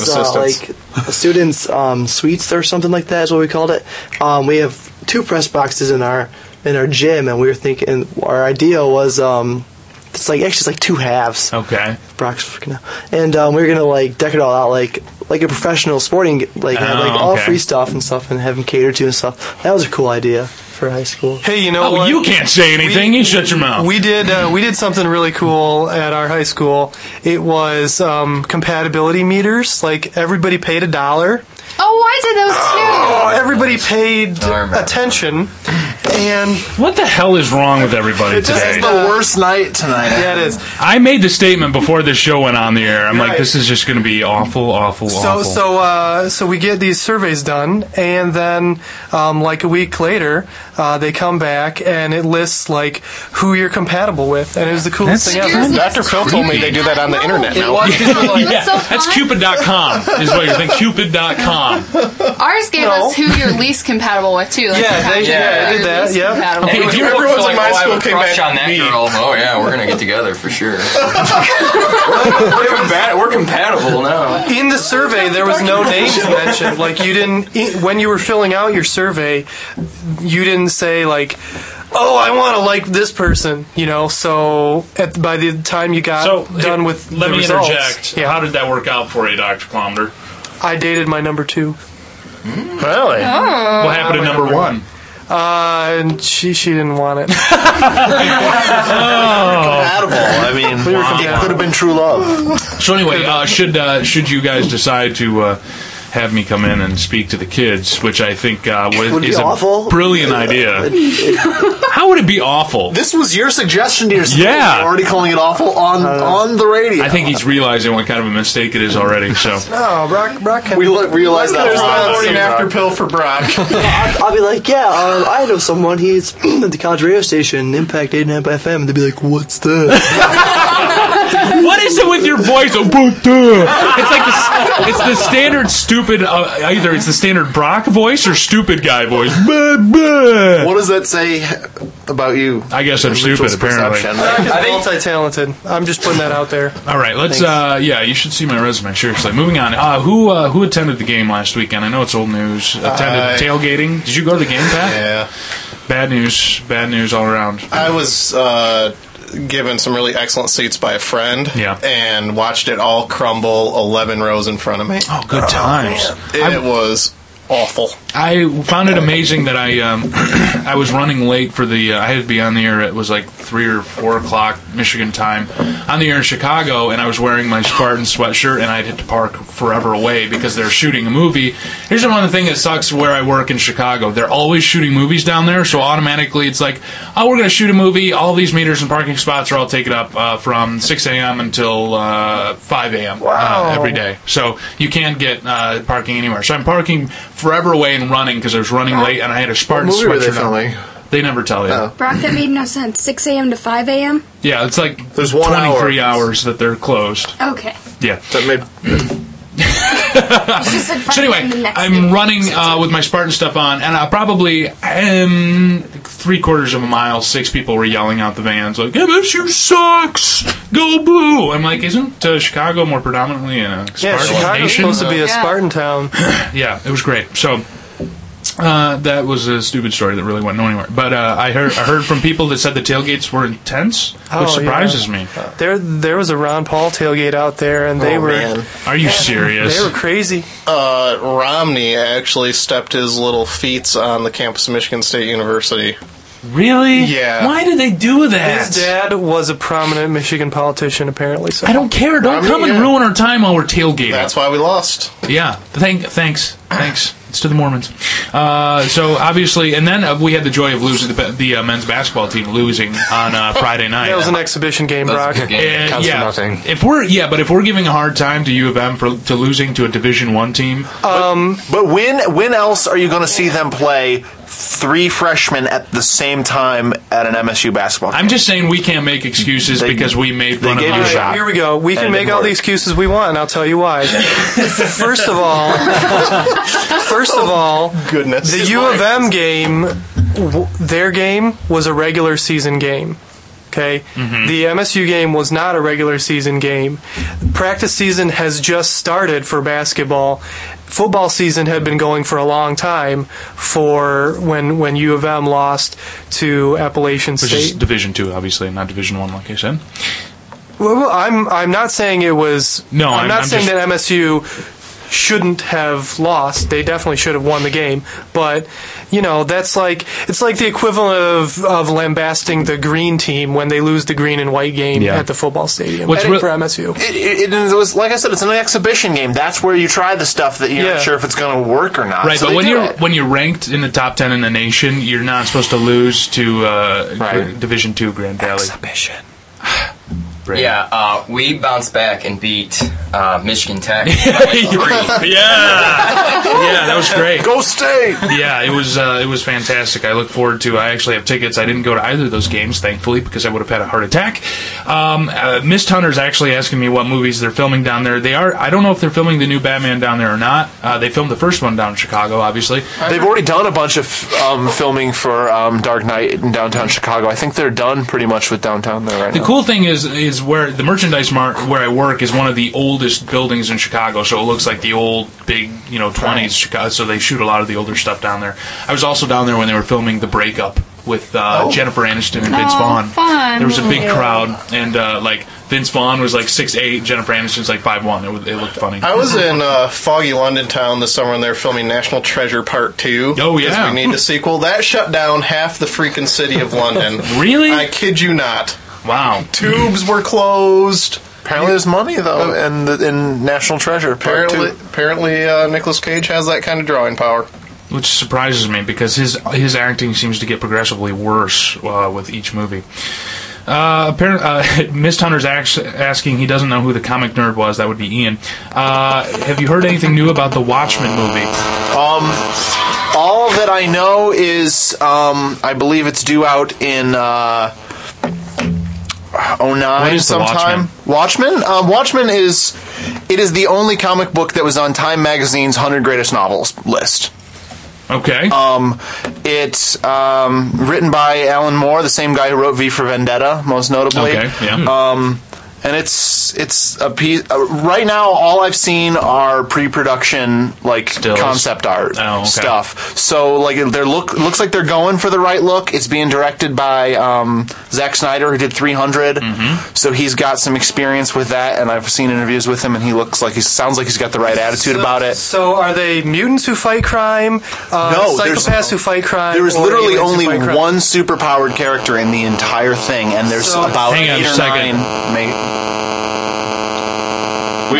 Speaker 12: it was, uh,
Speaker 9: assistants.
Speaker 12: like students' um, suites or something like that is what we called it. Um, we have two press boxes in our in our gym, and we were thinking our idea was um, it's like actually it's like two halves.
Speaker 3: Okay.
Speaker 12: Brock's freaking out, and um, we were gonna like deck it all out like like a professional sporting like have, like
Speaker 4: Oh,
Speaker 12: all
Speaker 4: okay.
Speaker 12: free stuff and stuff, and have them catered to and stuff. That was a cool idea for high school.
Speaker 4: Hey, you know
Speaker 3: oh,
Speaker 4: what?
Speaker 3: you can't say anything. you shut your mouth.
Speaker 4: We did uh, we did something really cool at our high school. It was um, compatibility meters. Like everybody paid a dollar.
Speaker 7: Oh, I did those
Speaker 4: Oh,
Speaker 7: too.
Speaker 4: everybody paid attention, and
Speaker 3: What the hell is wrong with everybody
Speaker 4: This is
Speaker 3: today?
Speaker 4: the
Speaker 5: (laughs) worst night tonight.
Speaker 4: Yeah, it is.
Speaker 3: I made the statement before the show went on the air. I'm like,
Speaker 4: Right.
Speaker 3: this is just going to be awful, awful,
Speaker 4: So
Speaker 3: awful.
Speaker 4: so uh, so we get these surveys done, and then um, like a week later, uh, they come back and it lists like who you're compatible with, and it was the coolest
Speaker 9: That's
Speaker 4: thing ever.
Speaker 9: kind of Dr. Phil told me creepy. they do that on the internet It now. was
Speaker 4: Yeah.
Speaker 9: cool.
Speaker 3: yeah,
Speaker 7: so
Speaker 3: that's cupid.com is what you
Speaker 4: (laughs)
Speaker 3: think. Cupid.com.
Speaker 7: Ours gave us who you're least compatible with too. Like
Speaker 4: Yeah,
Speaker 7: the top
Speaker 4: they-
Speaker 7: two
Speaker 4: yeah,
Speaker 7: are
Speaker 4: they did
Speaker 7: your
Speaker 4: that,
Speaker 7: least
Speaker 4: yeah.
Speaker 7: compatible.
Speaker 9: Hey,
Speaker 10: It
Speaker 9: if
Speaker 10: was
Speaker 9: you-
Speaker 10: cool,
Speaker 9: everyone's
Speaker 10: like,
Speaker 9: in my
Speaker 10: oh, I have
Speaker 9: school
Speaker 10: a
Speaker 9: came
Speaker 10: crush
Speaker 9: back
Speaker 10: on that
Speaker 9: to me.
Speaker 10: girl. Oh yeah, we're gonna get together for sure. we're, we're, compat- we're compatible now.
Speaker 4: In the survey, there was no
Speaker 3: (laughs)
Speaker 4: names mentioned. Like you didn't i- when you were filling out your survey, you didn't say like, "Oh, I want to like this person," you know. So at, by the time you got
Speaker 3: So
Speaker 4: done
Speaker 3: hey,
Speaker 4: with
Speaker 3: let
Speaker 4: the
Speaker 3: me
Speaker 4: results,
Speaker 3: interject. How did that work out for you, Doctor Clomber?
Speaker 4: I dated my number two.
Speaker 9: Really?
Speaker 7: Oh.
Speaker 3: What happened to number one?
Speaker 4: Uh, and she she didn't want it.
Speaker 5: Compatible. I mean,
Speaker 4: We were
Speaker 5: it
Speaker 4: compatible.
Speaker 5: could have been true love.
Speaker 3: So anyway, uh, should uh, should you guys decide to uh, have me come in and speak to the kids, which I think uh, was,
Speaker 5: Would be
Speaker 3: is
Speaker 5: awful.
Speaker 3: a brilliant idea. How would it be awful?
Speaker 5: This was your suggestion to yourself.
Speaker 3: Yeah.
Speaker 5: You're already calling it awful on
Speaker 9: Uh,
Speaker 5: on the radio.
Speaker 3: I think he's realizing what kind of a mistake it is already. So
Speaker 4: No, Brock. Brock. Can,
Speaker 5: we lo- realized that.
Speaker 9: There's
Speaker 5: was
Speaker 9: not a
Speaker 5: not-
Speaker 9: morning after pill for Brock.
Speaker 12: I'll, I'll be like, yeah, um, I know someone. He's (clears throat) at the college radio station, Impact 89 FM. And they'd be like, what's that?
Speaker 3: what is it with your voice? Oh, boop, duh. It's like the, s- it's the standard stupid. Uh, either it's the standard Brock voice or stupid guy voice. Bah, bah.
Speaker 5: What does that say about you?
Speaker 3: I guess I'm stupid. Apparently.
Speaker 4: Brock is multi-talented. I'm just putting that out
Speaker 3: (laughs)
Speaker 4: there.
Speaker 3: All right, let's. Uh, yeah, you should see my resume. Seriously, moving on. Uh, who uh, who attended the game last weekend? I know it's old news. Attended
Speaker 9: I-
Speaker 3: tailgating. Did you go to the game, Pat?
Speaker 9: Yeah.
Speaker 3: Bad news. Bad news all around.
Speaker 9: I was uh, given some really excellent seats by a friend
Speaker 3: Yeah.
Speaker 9: and watched it all crumble 11 rows in front of me.
Speaker 3: Oh, good times.
Speaker 9: It was awful.
Speaker 3: I found it amazing that I um, (clears throat) I was running late for the. Uh, I had to be on the air. It was like three or four o'clock Michigan time on the air in Chicago, and I was wearing my Spartan sweatshirt, and I had to park forever away because they're shooting a movie. Here's the one thing that sucks where I work in Chicago. They're always shooting movies down there, so automatically it's like, oh, we're going to shoot a movie. All these meters and parking spots are all taken up uh, from 6 a.m. until uh, 5 a.m.
Speaker 4: Wow.
Speaker 3: Uh, every day day. So you can't get uh, parking anywhere. So I'm parking forever away and running because I was running late and I had a Spartan
Speaker 9: What movie were they
Speaker 3: sweatshirt on.
Speaker 9: filming? Oh.
Speaker 3: They never tell you.
Speaker 11: Brock, that made no sense. 6 a.m. to 5 a.m.
Speaker 3: Yeah, it's like
Speaker 9: There's one
Speaker 3: 23
Speaker 9: hour.
Speaker 3: hours that they're closed.
Speaker 11: Okay.
Speaker 3: Yeah.
Speaker 9: That made
Speaker 11: It's just like
Speaker 3: So anyway, I'm running uh, with my Spartan stuff on, and I probably um, three quarters of a mile. Six people were yelling out the vans like "MSU sucks, go boo!" I'm like, isn't uh, Chicago more predominantly a Spartan
Speaker 4: Yeah, Chicago's
Speaker 3: nation?
Speaker 4: supposed to be a
Speaker 7: Yeah.
Speaker 4: Spartan town.
Speaker 3: yeah, it was great. So Uh, that was a stupid story that really went nowhere. But uh, I heard I heard from people that said the tailgates were intense, which
Speaker 4: Oh,
Speaker 3: surprises
Speaker 4: yeah.
Speaker 3: me.
Speaker 4: There, there was a Ron Paul tailgate out there, and they
Speaker 9: Oh,
Speaker 4: were.
Speaker 9: man.
Speaker 3: Are you serious?
Speaker 4: They were crazy.
Speaker 9: Uh, Romney actually stepped his little feet on the campus of Michigan State University.
Speaker 3: Really?
Speaker 9: Yeah.
Speaker 3: Why did they do that?
Speaker 4: His dad was a prominent Michigan politician, apparently. So
Speaker 3: I don't care. Don't come and ruin our time while we're tailgating. That's
Speaker 9: why we lost.
Speaker 3: Yeah. Thank, thanks. Thanks. It's to the Mormons. Uh, so obviously, and then uh, we had the joy of losing the, the uh, men's basketball team losing on uh,
Speaker 5: (laughs)
Speaker 3: Friday night.
Speaker 4: That was an exhibition game, Brock.
Speaker 3: And, yeah, If we're yeah, but if we're giving a hard time to U of M for to losing to a Division One team,
Speaker 5: Um, but, but when when else are you going to see them play three freshmen at the same time at an MSU basketball?
Speaker 3: I'm just saying we can't make excuses because we made
Speaker 5: they
Speaker 3: fun of
Speaker 5: gave
Speaker 3: them.
Speaker 5: you a
Speaker 4: All right, here we go. We can
Speaker 5: And it
Speaker 4: make
Speaker 5: didn't
Speaker 4: all the
Speaker 5: work.
Speaker 4: excuses we want, and I'll tell you
Speaker 3: (laughs)
Speaker 4: why. first of all, first of all,
Speaker 9: goodness,
Speaker 4: the U of M game, w- their game was a regular season game. Okay,
Speaker 3: Mm-hmm.
Speaker 4: the MSU game was not a regular season game. Practice season has just started for basketball. Football season had been going for a long time for when when U of M lost to Appalachian
Speaker 3: Which
Speaker 4: State.
Speaker 3: is Division Two, obviously, not Division One, like I said.
Speaker 4: Well, well, I'm I'm not saying it was.
Speaker 3: No,
Speaker 4: I'm,
Speaker 3: I'm-
Speaker 4: not
Speaker 3: I'm
Speaker 4: saying
Speaker 3: just-
Speaker 4: that MSU shouldn't have lost. They definitely should have won the game, but you know that's like it's like the equivalent of, of lambasting the green team when they lose the green and white game
Speaker 5: Yeah.
Speaker 4: at the football stadium
Speaker 5: What's
Speaker 4: And
Speaker 5: real-
Speaker 4: for MSU.
Speaker 5: It, it, it was like I said, it's an exhibition game. That's where you try the stuff that you're
Speaker 4: Yeah.
Speaker 5: not sure if it's going to work or not.
Speaker 3: Right,
Speaker 5: So
Speaker 3: but
Speaker 5: they
Speaker 3: when
Speaker 5: do
Speaker 3: you're
Speaker 5: it.
Speaker 3: when you're ranked in the top ten in the nation, you're not supposed to lose to uh,
Speaker 10: Right.
Speaker 3: Division Two Grand Valley.
Speaker 4: Exhibition.
Speaker 3: (sighs)
Speaker 10: Yeah, uh, we bounced back and beat uh, Michigan Tech.
Speaker 3: yeah, that was great.
Speaker 5: Go State.
Speaker 3: Yeah, it was uh, it was fantastic. I look forward to. I actually have tickets. I didn't go to either of those games, thankfully, because I would have had a heart attack. Um, uh, Mist Hunter's actually asking me what movies they're filming down there. They are. I don't know if they're filming the new Batman down there or not. Uh, they filmed the first one down in Chicago, obviously.
Speaker 5: They've already done a bunch of um, filming for um, Dark Knight in downtown Chicago. I think they're done pretty much with downtown there right
Speaker 3: The
Speaker 5: now.
Speaker 3: cool thing is, is where the merchandise mart where I work is one of the oldest buildings in Chicago, so it looks like the old big, you know, twenties Chicago. So they shoot a lot of the older stuff down there. I was also down there when they were filming the breakup with uh, Jennifer Aniston and Vince
Speaker 7: Oh,
Speaker 3: Vaughn.
Speaker 7: fun.
Speaker 3: There was a big
Speaker 7: Yeah.
Speaker 3: crowd, and uh, like Vince Vaughn was like six eight, Jennifer Aniston's like five one. It, wa- it looked funny.
Speaker 9: I was in uh, foggy London town this summer, and they were filming National Treasure Part Two.
Speaker 3: Oh, yeah.
Speaker 9: because we need a sequel. That shut down half the freaking city of London.
Speaker 3: (laughs) really?
Speaker 9: I kid you not.
Speaker 3: Wow.
Speaker 9: Tubes were closed.
Speaker 5: Apparently, there's money though, and the, in National Treasure. Part
Speaker 9: Apparently,
Speaker 5: two.
Speaker 9: apparently, uh, Nicolas Cage has that kind of drawing power.
Speaker 3: which surprises me because his his acting seems to get progressively worse uh, with each movie. Uh, apparent, uh, (laughs) Mist Hunter's ax- asking, he doesn't know who the comic nerd was. That would be Ian. Uh, have you heard anything new about the Watchmen movie?
Speaker 5: Um, all that I know is um, I believe it's due out in uh, 09
Speaker 3: What is The
Speaker 5: sometime. Watchmen. Watchmen? Um, Watchmen is it is the only comic book that was on Time Magazine's 100 Greatest Novels list.
Speaker 3: Okay.
Speaker 5: Um, it's um, written by Alan Moore, the same guy who wrote V for Vendetta, most notably.
Speaker 3: Okay, yeah.
Speaker 5: Um, and it's it's a piece. Uh, right now, all I've seen are pre-production like concept art
Speaker 3: Oh, okay.
Speaker 5: stuff. So like they're look looks like they're going for the right look. It's being directed by um, Zack Snyder, who did 300.
Speaker 3: Mm-hmm.
Speaker 5: So he's got some experience with that, and I've seen interviews with him, and he looks like he sounds like he's got the right attitude
Speaker 4: So-
Speaker 5: about it.
Speaker 4: So, are they mutants who fight crime? Uh,
Speaker 5: No, there's-
Speaker 4: psychopaths who fight crime.
Speaker 5: There is
Speaker 4: or
Speaker 5: literally
Speaker 4: aliens who
Speaker 5: only
Speaker 4: fight crime?
Speaker 5: one superpowered character in the entire thing, and there's
Speaker 4: So-
Speaker 5: about
Speaker 3: Hang on
Speaker 5: eight
Speaker 3: a
Speaker 5: or
Speaker 3: second.
Speaker 5: nine. ma-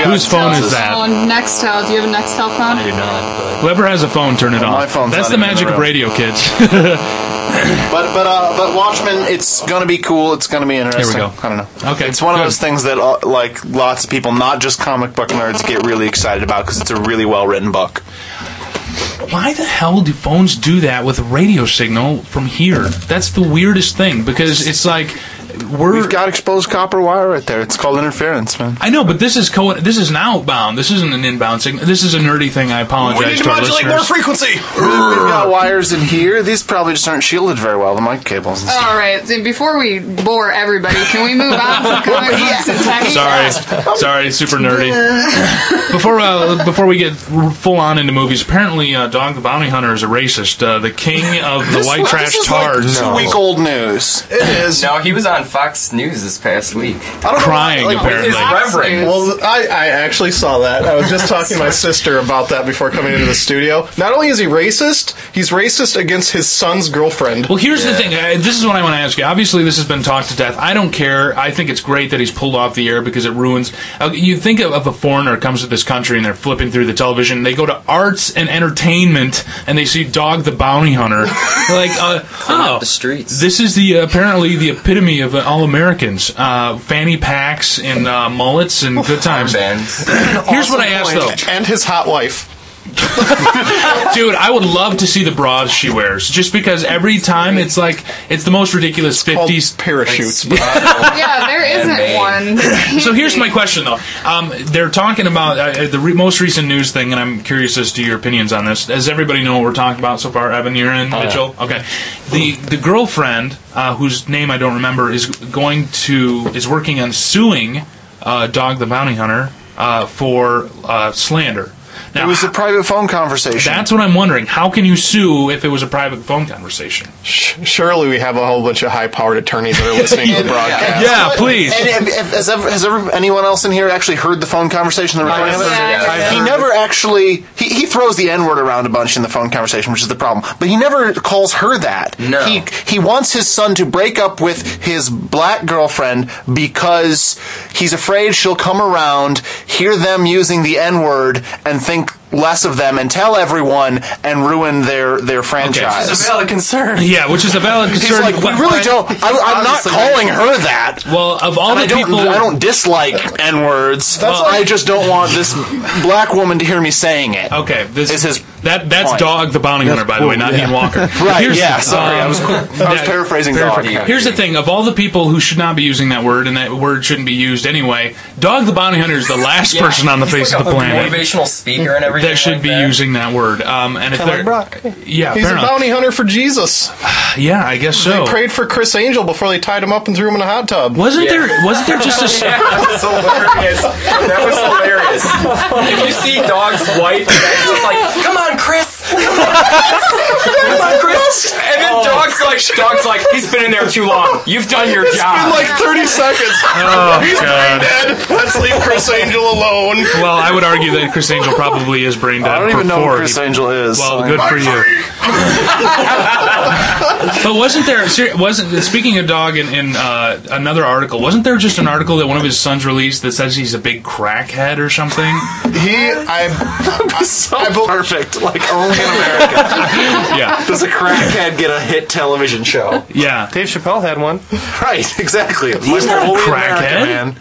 Speaker 3: Whose phone is that?
Speaker 7: Oh, Nextel. Do you have a Nextel phone? I do not.
Speaker 3: Whoever has a phone, turn it off.
Speaker 5: my phone's
Speaker 3: That's
Speaker 5: not
Speaker 3: the
Speaker 5: even in the
Speaker 3: magic of
Speaker 5: room.
Speaker 3: radio, kids. (laughs)
Speaker 5: But but uh, but Watchmen, it's gonna be cool. It's gonna be interesting.
Speaker 3: go.
Speaker 5: I don't know.
Speaker 3: Okay,
Speaker 5: it's one
Speaker 3: good.
Speaker 5: of those things that uh, like lots of people, not just comic book nerds, get really excited about because it's a really well written book.
Speaker 3: Why the hell do phones do that with a radio signal from here? That's the weirdest thing because it's like we're,
Speaker 5: We've got exposed copper wire right there. It's called interference, man.
Speaker 3: I know, but this is co- this is an outbound. This isn't an inbound signal. This is a nerdy thing. I apologize
Speaker 5: We need to
Speaker 3: to our
Speaker 5: modulate
Speaker 3: listeners.
Speaker 5: more frequency. We've got wires in here. These probably just aren't shielded very well. The mic cables. And stuff.
Speaker 7: All right. so Before we bore everybody, can we move
Speaker 3: (laughs)
Speaker 7: on from comic books and tech?
Speaker 3: Sorry, sorry, super
Speaker 5: (laughs)
Speaker 3: nerdy. Before uh, before we get full on into movies, apparently uh, Dog the Bounty Hunter is a racist. Uh, the king of the
Speaker 5: This-
Speaker 3: white
Speaker 5: this
Speaker 3: trash
Speaker 5: is like
Speaker 3: tards.
Speaker 5: two-week-old news. It is.
Speaker 10: No, he was on Fox News this past week.
Speaker 5: I don't
Speaker 3: Crying,
Speaker 10: Like,
Speaker 3: apparently.
Speaker 10: It's reverend.
Speaker 9: Well, I, I actually saw that. I was just talking
Speaker 5: (laughs)
Speaker 9: to my sister about that before coming into the studio. Not only is he racist, he's racist against his son's girlfriend.
Speaker 3: Well, here's the thing. Uh, this is what I want to ask you. Obviously, this has been talked to death. I don't care. I think it's great that he's pulled off the air because it ruins. Uh, you think of, of a foreigner comes to this country and they're flipping through the television. They go to arts and entertainment and they see Dog the Bounty (laughs) Hunter. They're like, uh, oh, the streets. This is the uh, apparently the epitome of uh, all Americans: uh, fanny packs and uh, mullets and (laughs) good times. Here's what I asked though.
Speaker 9: And his hot wife.
Speaker 3: Dude, I would love to see the bras she wears, just because every time it's like it's the most ridiculous fifties
Speaker 9: parachutes.
Speaker 7: Yeah,
Speaker 3: (laughs)
Speaker 7: there isn't one.
Speaker 3: so here's my question though. Um, they're talking about uh, the re- most recent news thing, and I'm curious as to your opinions on this. Does everybody know what we're talking about so far? Evan, you're in
Speaker 6: Oh, yeah.
Speaker 3: Mitchell. Okay. The the girlfriend uh, whose name I don't remember is going to is working on suing uh, Dog the Bounty Hunter uh, for uh, slander. Now,
Speaker 5: it was a private phone conversation.
Speaker 3: that's what I'm wondering. How can you sue if it was a private phone conversation?
Speaker 9: Sh- Surely we have a whole bunch of high-powered attorneys that are listening to the broadcast.
Speaker 3: Yeah, please.
Speaker 5: And if, if, has, ever, has ever anyone else in here actually heard the phone conversation? The recording of it?
Speaker 7: Yeah.
Speaker 5: He never actually he, he throws the n word around a bunch in the phone conversation, which is the problem. But he never calls her that.
Speaker 10: No.
Speaker 5: He he wants his son to break up with his black girlfriend because he's afraid she'll come around, hear them using the n word, and think less of them, and tell everyone, and ruin their their franchise.
Speaker 4: It's a valid concern.
Speaker 3: Yeah, which is a valid
Speaker 5: He's
Speaker 3: concern.
Speaker 5: like, we
Speaker 3: but-
Speaker 5: really don't. I, I'm not
Speaker 4: Obviously,
Speaker 5: calling her that.
Speaker 3: Well, of all
Speaker 5: And
Speaker 3: the
Speaker 5: I don't,
Speaker 3: people,
Speaker 5: I don't dislike n words.
Speaker 3: That's
Speaker 5: I just don't want this black woman to hear me saying it.
Speaker 3: Okay, this
Speaker 5: is his.
Speaker 3: That that's
Speaker 5: point.
Speaker 3: Dog the Bounty Hunter, by the way, not
Speaker 5: yeah.
Speaker 3: Ian Walker.
Speaker 5: (laughs) Right, yeah, sorry, I
Speaker 3: um,
Speaker 5: was- I was paraphrasing Dog.
Speaker 3: Here's the thing: of all the people who should not be using that word, and that word shouldn't be used anyway, Dog the Bounty Hunter is the last
Speaker 10: Yeah,
Speaker 3: person on the
Speaker 10: he's
Speaker 3: face
Speaker 10: like
Speaker 3: of the
Speaker 10: a
Speaker 3: planet
Speaker 10: motivational speaker and everything
Speaker 3: that should
Speaker 10: like
Speaker 3: be using that word. Um, and if
Speaker 9: Kinda
Speaker 3: they're
Speaker 9: like
Speaker 3: yeah,
Speaker 9: He's
Speaker 3: fair
Speaker 9: a
Speaker 3: enough.
Speaker 9: bounty hunter for Jesus.
Speaker 3: yeah, I guess so.
Speaker 9: They prayed for Chris Angel before they tied him up and threw him in a hot tub.
Speaker 3: Wasn't there? Wasn't there just a?
Speaker 10: That's hilarious. That was hilarious.
Speaker 5: (laughs)
Speaker 10: If you see Dog's
Speaker 3: (laughs)
Speaker 10: wife, that's just like, come on, Chris. Come on, Chris. Come on, Chris. And then Dog's like, Dog's like, he's been in there too long. You've done your
Speaker 9: It's
Speaker 10: job.
Speaker 9: been like 30 seconds.
Speaker 3: Oh,
Speaker 9: He's
Speaker 3: God.
Speaker 9: brain dead. Let's leave Chris Angel alone.
Speaker 3: Well, I would argue that Chris Angel probably is brain dead.
Speaker 5: I don't even know
Speaker 3: before
Speaker 5: who Chris
Speaker 3: he-
Speaker 5: Angel is.
Speaker 3: Well, good for you. but wasn't there? ser- Wasn't speaking of dog in, in uh, another article? Wasn't there just an article that one of his sons released that says he's a big crackhead or something?
Speaker 5: (laughs)
Speaker 9: He, I,
Speaker 5: so perfect. Like only in
Speaker 9: (laughs)
Speaker 5: America
Speaker 3: yeah,
Speaker 5: does a crackhead get a hit television show.
Speaker 3: yeah.
Speaker 4: Dave Chappelle had one,
Speaker 5: Right, exactly.
Speaker 4: He's not a
Speaker 5: Only in
Speaker 3: crackhead.
Speaker 5: America, man.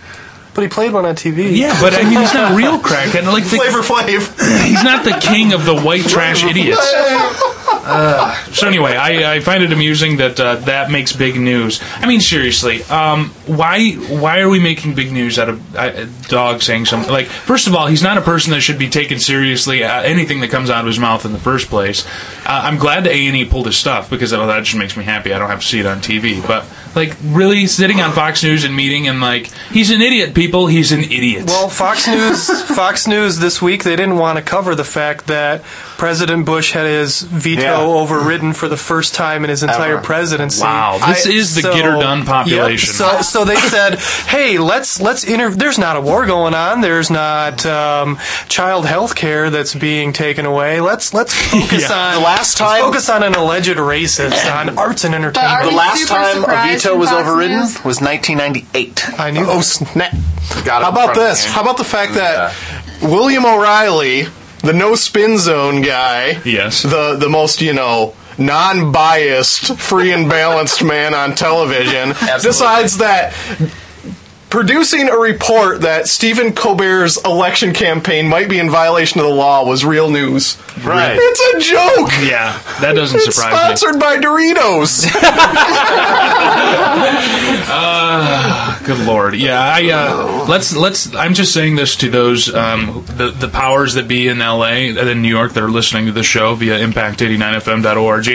Speaker 4: but he played one on TV.
Speaker 3: Yeah, but I mean, he's not a real crackhead. Like the,
Speaker 5: Flavor Flav.
Speaker 3: he's not the king of the white trash idiots. So anyway, I, I find it amusing that uh, that makes big news. I mean, seriously, um, why why are we making big news out of uh, a dog saying something? Like, first of all, he's not a person that should be taken seriously. Uh, anything that comes out of his mouth in the first place. Uh, I'm glad that A and E pulled his stuff because that, that just makes me happy. I don't have to see it on TV. But like, really sitting on Fox News and meeting and like, he's an idiot. People, he's an idiot.
Speaker 4: Well,
Speaker 3: (laughs)
Speaker 4: Fox News, Fox News this week they didn't want to cover the fact that President Bush had his veto
Speaker 5: Yeah.
Speaker 4: overridden for the first time in his entire
Speaker 5: Ever.
Speaker 4: presidency.
Speaker 3: Wow, this is the get her done
Speaker 4: Yep,
Speaker 3: population.
Speaker 4: so, so they said, "Hey, let's let's inter- There's not a war going on. There's not um, child health care that's being taken away. Let's
Speaker 3: (laughs)
Speaker 4: let's focus
Speaker 3: Yeah.
Speaker 4: on
Speaker 5: The last
Speaker 4: let's
Speaker 5: time-
Speaker 4: focus on an alleged racist on arts and
Speaker 7: But
Speaker 5: The
Speaker 7: are
Speaker 4: entertainment."
Speaker 7: we-
Speaker 5: last
Speaker 7: super
Speaker 5: time a
Speaker 7: surprised
Speaker 5: veto
Speaker 7: when
Speaker 5: was
Speaker 7: Fox
Speaker 5: overridden
Speaker 7: News-
Speaker 5: was 1998.
Speaker 4: I knew.
Speaker 5: Oh snap! Got it
Speaker 9: How
Speaker 5: in
Speaker 9: about
Speaker 5: front of
Speaker 9: this?
Speaker 5: me.
Speaker 9: How about the fact that William O'Reilly, the no spin zone guy,
Speaker 3: Yes.
Speaker 9: the the most you know
Speaker 3: (laughs)
Speaker 9: non-biased, free and balanced man on television,
Speaker 10: Absolutely.
Speaker 9: decides that Producing a report that Stephen Colbert's election campaign might be in violation of the law was real news.
Speaker 3: Right.
Speaker 9: It's a joke.
Speaker 3: Yeah, that doesn't
Speaker 9: It's
Speaker 3: surprise me.
Speaker 9: sponsored by Doritos.
Speaker 3: Uh, good lord. Yeah, I uh, let's let's. I'm just saying this to those um, the the powers that be in L.A. and in New York that are listening to the show via impact89fm.org.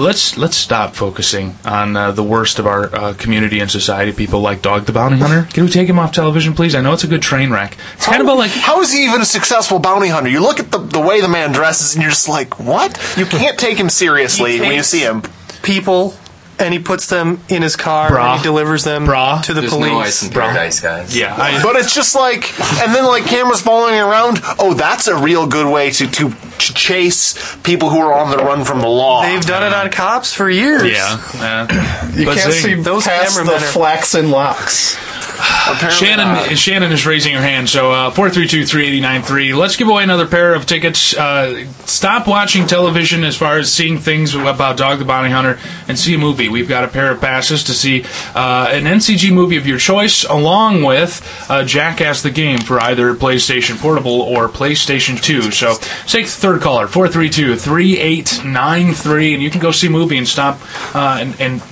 Speaker 3: Let's let's stop focusing on uh, the worst of our uh, community and society. People like Dog the Bounty Hunter. Can we take him off television, please? I know it's a good train wreck. It's kind of about like
Speaker 5: how is he even a successful bounty hunter? You look at the the way the man dresses, and you're just like, what? You can't take him seriously when you see him.
Speaker 4: People, and he puts them in his car and he delivers them to the police.
Speaker 10: guys.
Speaker 3: Yeah,
Speaker 5: but it's just like, and then like cameras following around. Oh, that's a real good way to to ch- chase people who are on the run from the law.
Speaker 4: They've done it on cops for years.
Speaker 3: Mm. Yeah.
Speaker 9: you
Speaker 3: But
Speaker 9: can't
Speaker 3: see,
Speaker 9: see
Speaker 4: those
Speaker 9: past the
Speaker 4: cameramen are-
Speaker 9: flaxen locks.
Speaker 3: Shannon Shannon is raising her hand. So uh, four three two three eighty nine three. Let's give away another pair of tickets. Uh, stop watching television as far as seeing things about Dog the Bounty Hunter and see a movie. We've got a pair of passes to see uh, an NCG movie of your choice, along with uh, Jackass the Game for either PlayStation Portable or PlayStation Two. So let's take the third caller four three two three eight nine three, and you can go see a movie and stop uh, and. and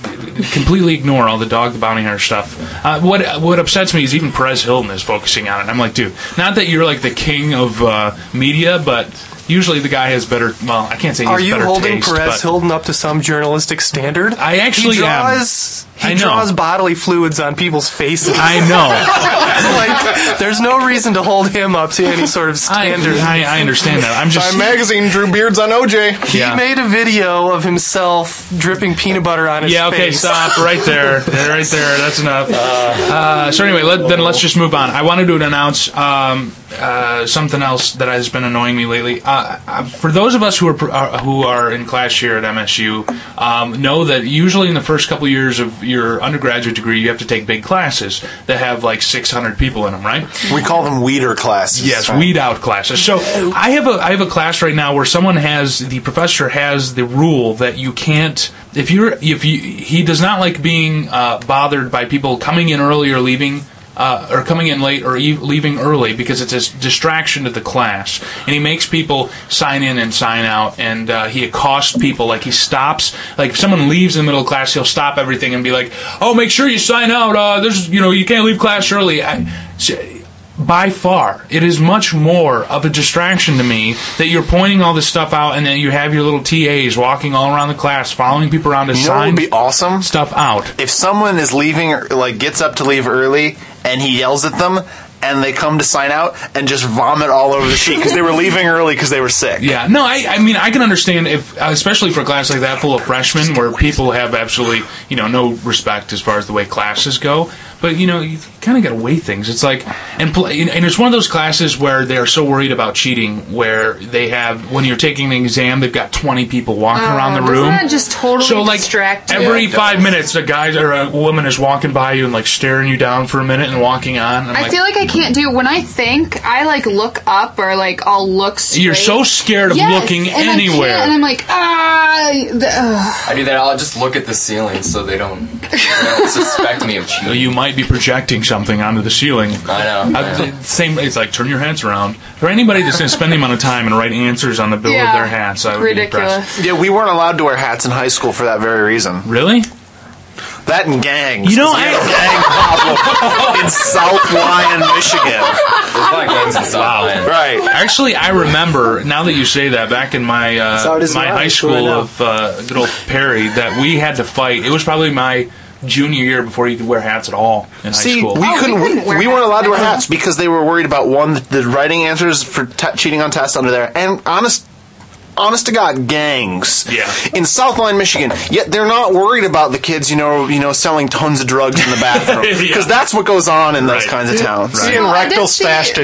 Speaker 3: completely ignore all the dog the bounty hunter stuff. Uh, what what upsets me is even Perez Hilton is focusing on it. I'm like, dude, not that you're like the king of uh, media, but usually the guy has better. Well, I can't say. he
Speaker 4: Are
Speaker 3: has
Speaker 4: you
Speaker 3: better
Speaker 4: holding
Speaker 3: taste,
Speaker 4: Perez
Speaker 3: but-
Speaker 4: Hilton up to some journalistic standard?
Speaker 3: I actually
Speaker 4: he
Speaker 3: am.
Speaker 4: draws, He
Speaker 3: I know.
Speaker 4: draws bodily fluids on people's faces.
Speaker 3: I
Speaker 4: (laughs)
Speaker 3: know.
Speaker 4: like, (laughs) there's no reason to hold him up to any sort of standard.
Speaker 3: I, I understand that. I'm just.
Speaker 9: Time magazine drew beards on OJ.
Speaker 4: He made a video of himself dripping peanut butter on his
Speaker 3: Yeah. Okay.
Speaker 4: face. (laughs)
Speaker 3: Stop. Right there. Right there. That's enough. Uh, so anyway, let, then let's just move on. I wanted to announce um, uh, something else that has been annoying me lately. Uh, uh, for those of us who are pr- are who are in class here at MSU, um, know that usually in the first couple years of your undergraduate degree, you have to take big classes that have like 600 people in them, right?
Speaker 5: We call them weeder classes.
Speaker 3: Yes, weed out classes. So I have a I have a class right now where someone has the professor has the rule that you can't if you're if you he does not like being uh, bothered by people coming in early or leaving. Uh, or coming in late or e- leaving early because it's a distraction to the class. And he makes people sign in and sign out, and uh, he accosts people. Like he stops, like if someone leaves in the middle of class, he'll stop everything and be like, "Oh, make sure you sign out. Uh, there's, you know, you can't leave class early." I, by far, it is much more of a distraction to me that you're pointing all this stuff out and then you have your little TAs walking all around the class, following people around to
Speaker 5: You know what
Speaker 3: sign
Speaker 5: would be awesome?
Speaker 3: stuff out.
Speaker 5: If someone is leaving, or, like gets up to leave early, and he yells at them, and they come to sign out and just vomit all over the sheet because they were leaving early because they were sick.
Speaker 3: Yeah, no, I, I mean, I can understand if, especially for a class like that full of freshmen where people have absolutely, you know, no respect as far as the way classes go. But, you know, you kind of got to weigh things. It's like, and, pl- and it's one of those classes where they're so worried about cheating where they have, when you're taking an exam, they've got 20 people walking around the room.
Speaker 7: Uh, Doesn't that just totally
Speaker 3: So, like,
Speaker 7: distract you?
Speaker 3: Every five minutes, a guy or a woman is walking by you and like staring you down for a minute and walking on. And,
Speaker 7: I feel like I can't do when I think. I like look up or like I'll look. Straight.
Speaker 3: You're so scared of
Speaker 7: Yes,
Speaker 3: looking
Speaker 7: and I can't,
Speaker 3: anywhere.
Speaker 7: and I'm like ah. the- ugh.
Speaker 10: I do that. I'll just look at the ceiling so they don't, they don't suspect me of cheating.
Speaker 3: you might be projecting something onto the ceiling. Uh,
Speaker 10: I know. I know.
Speaker 3: Same. It's like turn your hats around. For anybody that's going to spend the amount of time and write answers on the bill of
Speaker 7: Yeah.
Speaker 3: their hats, I would be impressed.
Speaker 7: Ridiculous.
Speaker 5: Yeah, we weren't allowed to wear hats in high school for that very reason.
Speaker 3: Really?
Speaker 5: That and gangs.
Speaker 3: You know,
Speaker 5: We had
Speaker 3: I-
Speaker 5: a gang
Speaker 3: (laughs)
Speaker 5: problem in South Lyon, Michigan.
Speaker 10: There's a lot of gangs in South Lyon.
Speaker 5: Right.
Speaker 3: Actually, I remember now that you say that. Back in my
Speaker 12: That's how
Speaker 3: uh,
Speaker 12: it is in
Speaker 3: my
Speaker 12: my
Speaker 3: high
Speaker 12: school right
Speaker 3: school
Speaker 12: now.
Speaker 3: of uh, good old Perry, that we had to fight. It was probably my junior year before you could wear hats at all in high
Speaker 5: See,
Speaker 3: school.
Speaker 5: we
Speaker 7: we
Speaker 5: couldn't. We,
Speaker 7: couldn't wear
Speaker 5: we weren't
Speaker 7: hats
Speaker 5: allowed to wear
Speaker 7: back then.
Speaker 5: hats because they were worried about one the writing answers for t- cheating on tests under there, and honest. Honest to God, gangs.
Speaker 3: Yeah.
Speaker 5: In South Lyon, Michigan, yet they're not worried about the kids, you know, you know, selling tons of drugs (laughs) in the bathroom because
Speaker 3: Yeah.
Speaker 5: that's what goes on in those
Speaker 3: Right.
Speaker 5: kinds of towns.
Speaker 3: Right.
Speaker 9: Seeing
Speaker 7: Well, I
Speaker 9: rectal
Speaker 7: did see-
Speaker 9: stash to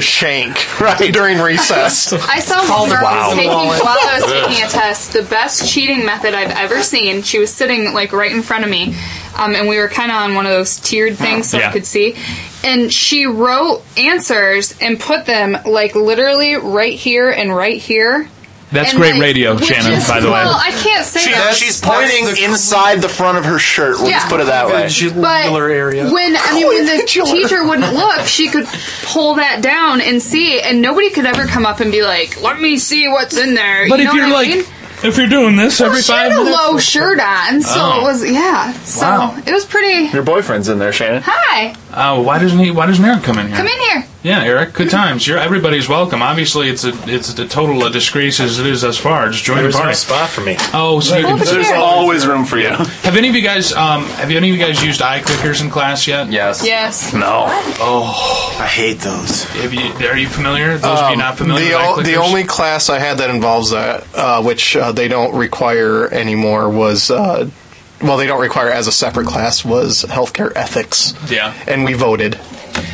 Speaker 5: (laughs)
Speaker 9: shank
Speaker 5: Right. (laughs)
Speaker 9: during recess.
Speaker 7: I saw one girl was taking,
Speaker 4: Wallet.
Speaker 7: while I was
Speaker 3: (laughs)
Speaker 7: taking a test, the best cheating method I've ever seen. She was sitting like right in front of me, um, and we were kind of on one of those tiered things so
Speaker 3: Yeah.
Speaker 7: I could see. And she wrote answers and put them like literally right here and right here.
Speaker 3: That's
Speaker 7: And,
Speaker 3: great
Speaker 7: like,
Speaker 3: radio,
Speaker 7: which
Speaker 3: Shannon.
Speaker 7: is-
Speaker 3: by the way,
Speaker 7: Well, I can't say
Speaker 5: She-
Speaker 7: that.
Speaker 5: she's pointing inside the front of her shirt. Let's
Speaker 7: Yeah.
Speaker 5: put it that way.
Speaker 7: But When I mean, when the teacher wouldn't look, she could pull that down and see, and nobody could ever come up and be like, "Let me see what's in there."
Speaker 3: But
Speaker 7: you
Speaker 3: if
Speaker 7: know
Speaker 3: you're
Speaker 7: what
Speaker 3: like,
Speaker 7: I mean?
Speaker 3: if you're doing this every
Speaker 7: well, she
Speaker 3: five
Speaker 7: had a
Speaker 3: minutes,
Speaker 7: low shirt on, so
Speaker 3: Oh.
Speaker 7: it was yeah. So
Speaker 3: Wow.
Speaker 7: it was pretty.
Speaker 3: your boyfriend's in there, Shannon.
Speaker 7: Hi,
Speaker 3: Uh, why doesn't he? Why doesn't Eric come in here?
Speaker 7: come in here.
Speaker 3: Yeah, Eric. Good times. You're, everybody's welcome. Obviously, it's a it's a total a disgrace as it is thus far. Just join
Speaker 10: There's
Speaker 3: the
Speaker 10: no
Speaker 3: party.
Speaker 10: spot for me.
Speaker 3: Oh, so you
Speaker 10: Well,
Speaker 3: can,
Speaker 10: but There's Eric-
Speaker 5: always room for you.
Speaker 3: Have any of you guys um, have any of you guys used eye clickers in class yet?
Speaker 10: Yes.
Speaker 7: Yes.
Speaker 10: No.
Speaker 3: Oh,
Speaker 5: I hate those.
Speaker 3: Have you, are you familiar? Those of you
Speaker 9: Um,
Speaker 3: not familiar
Speaker 9: the,
Speaker 3: with eye
Speaker 9: o-
Speaker 3: clickers?
Speaker 9: the only class I had that involves that, uh, which uh, they don't require anymore, was uh, well, they don't require as a separate class was healthcare ethics.
Speaker 3: Yeah.
Speaker 9: and we voted.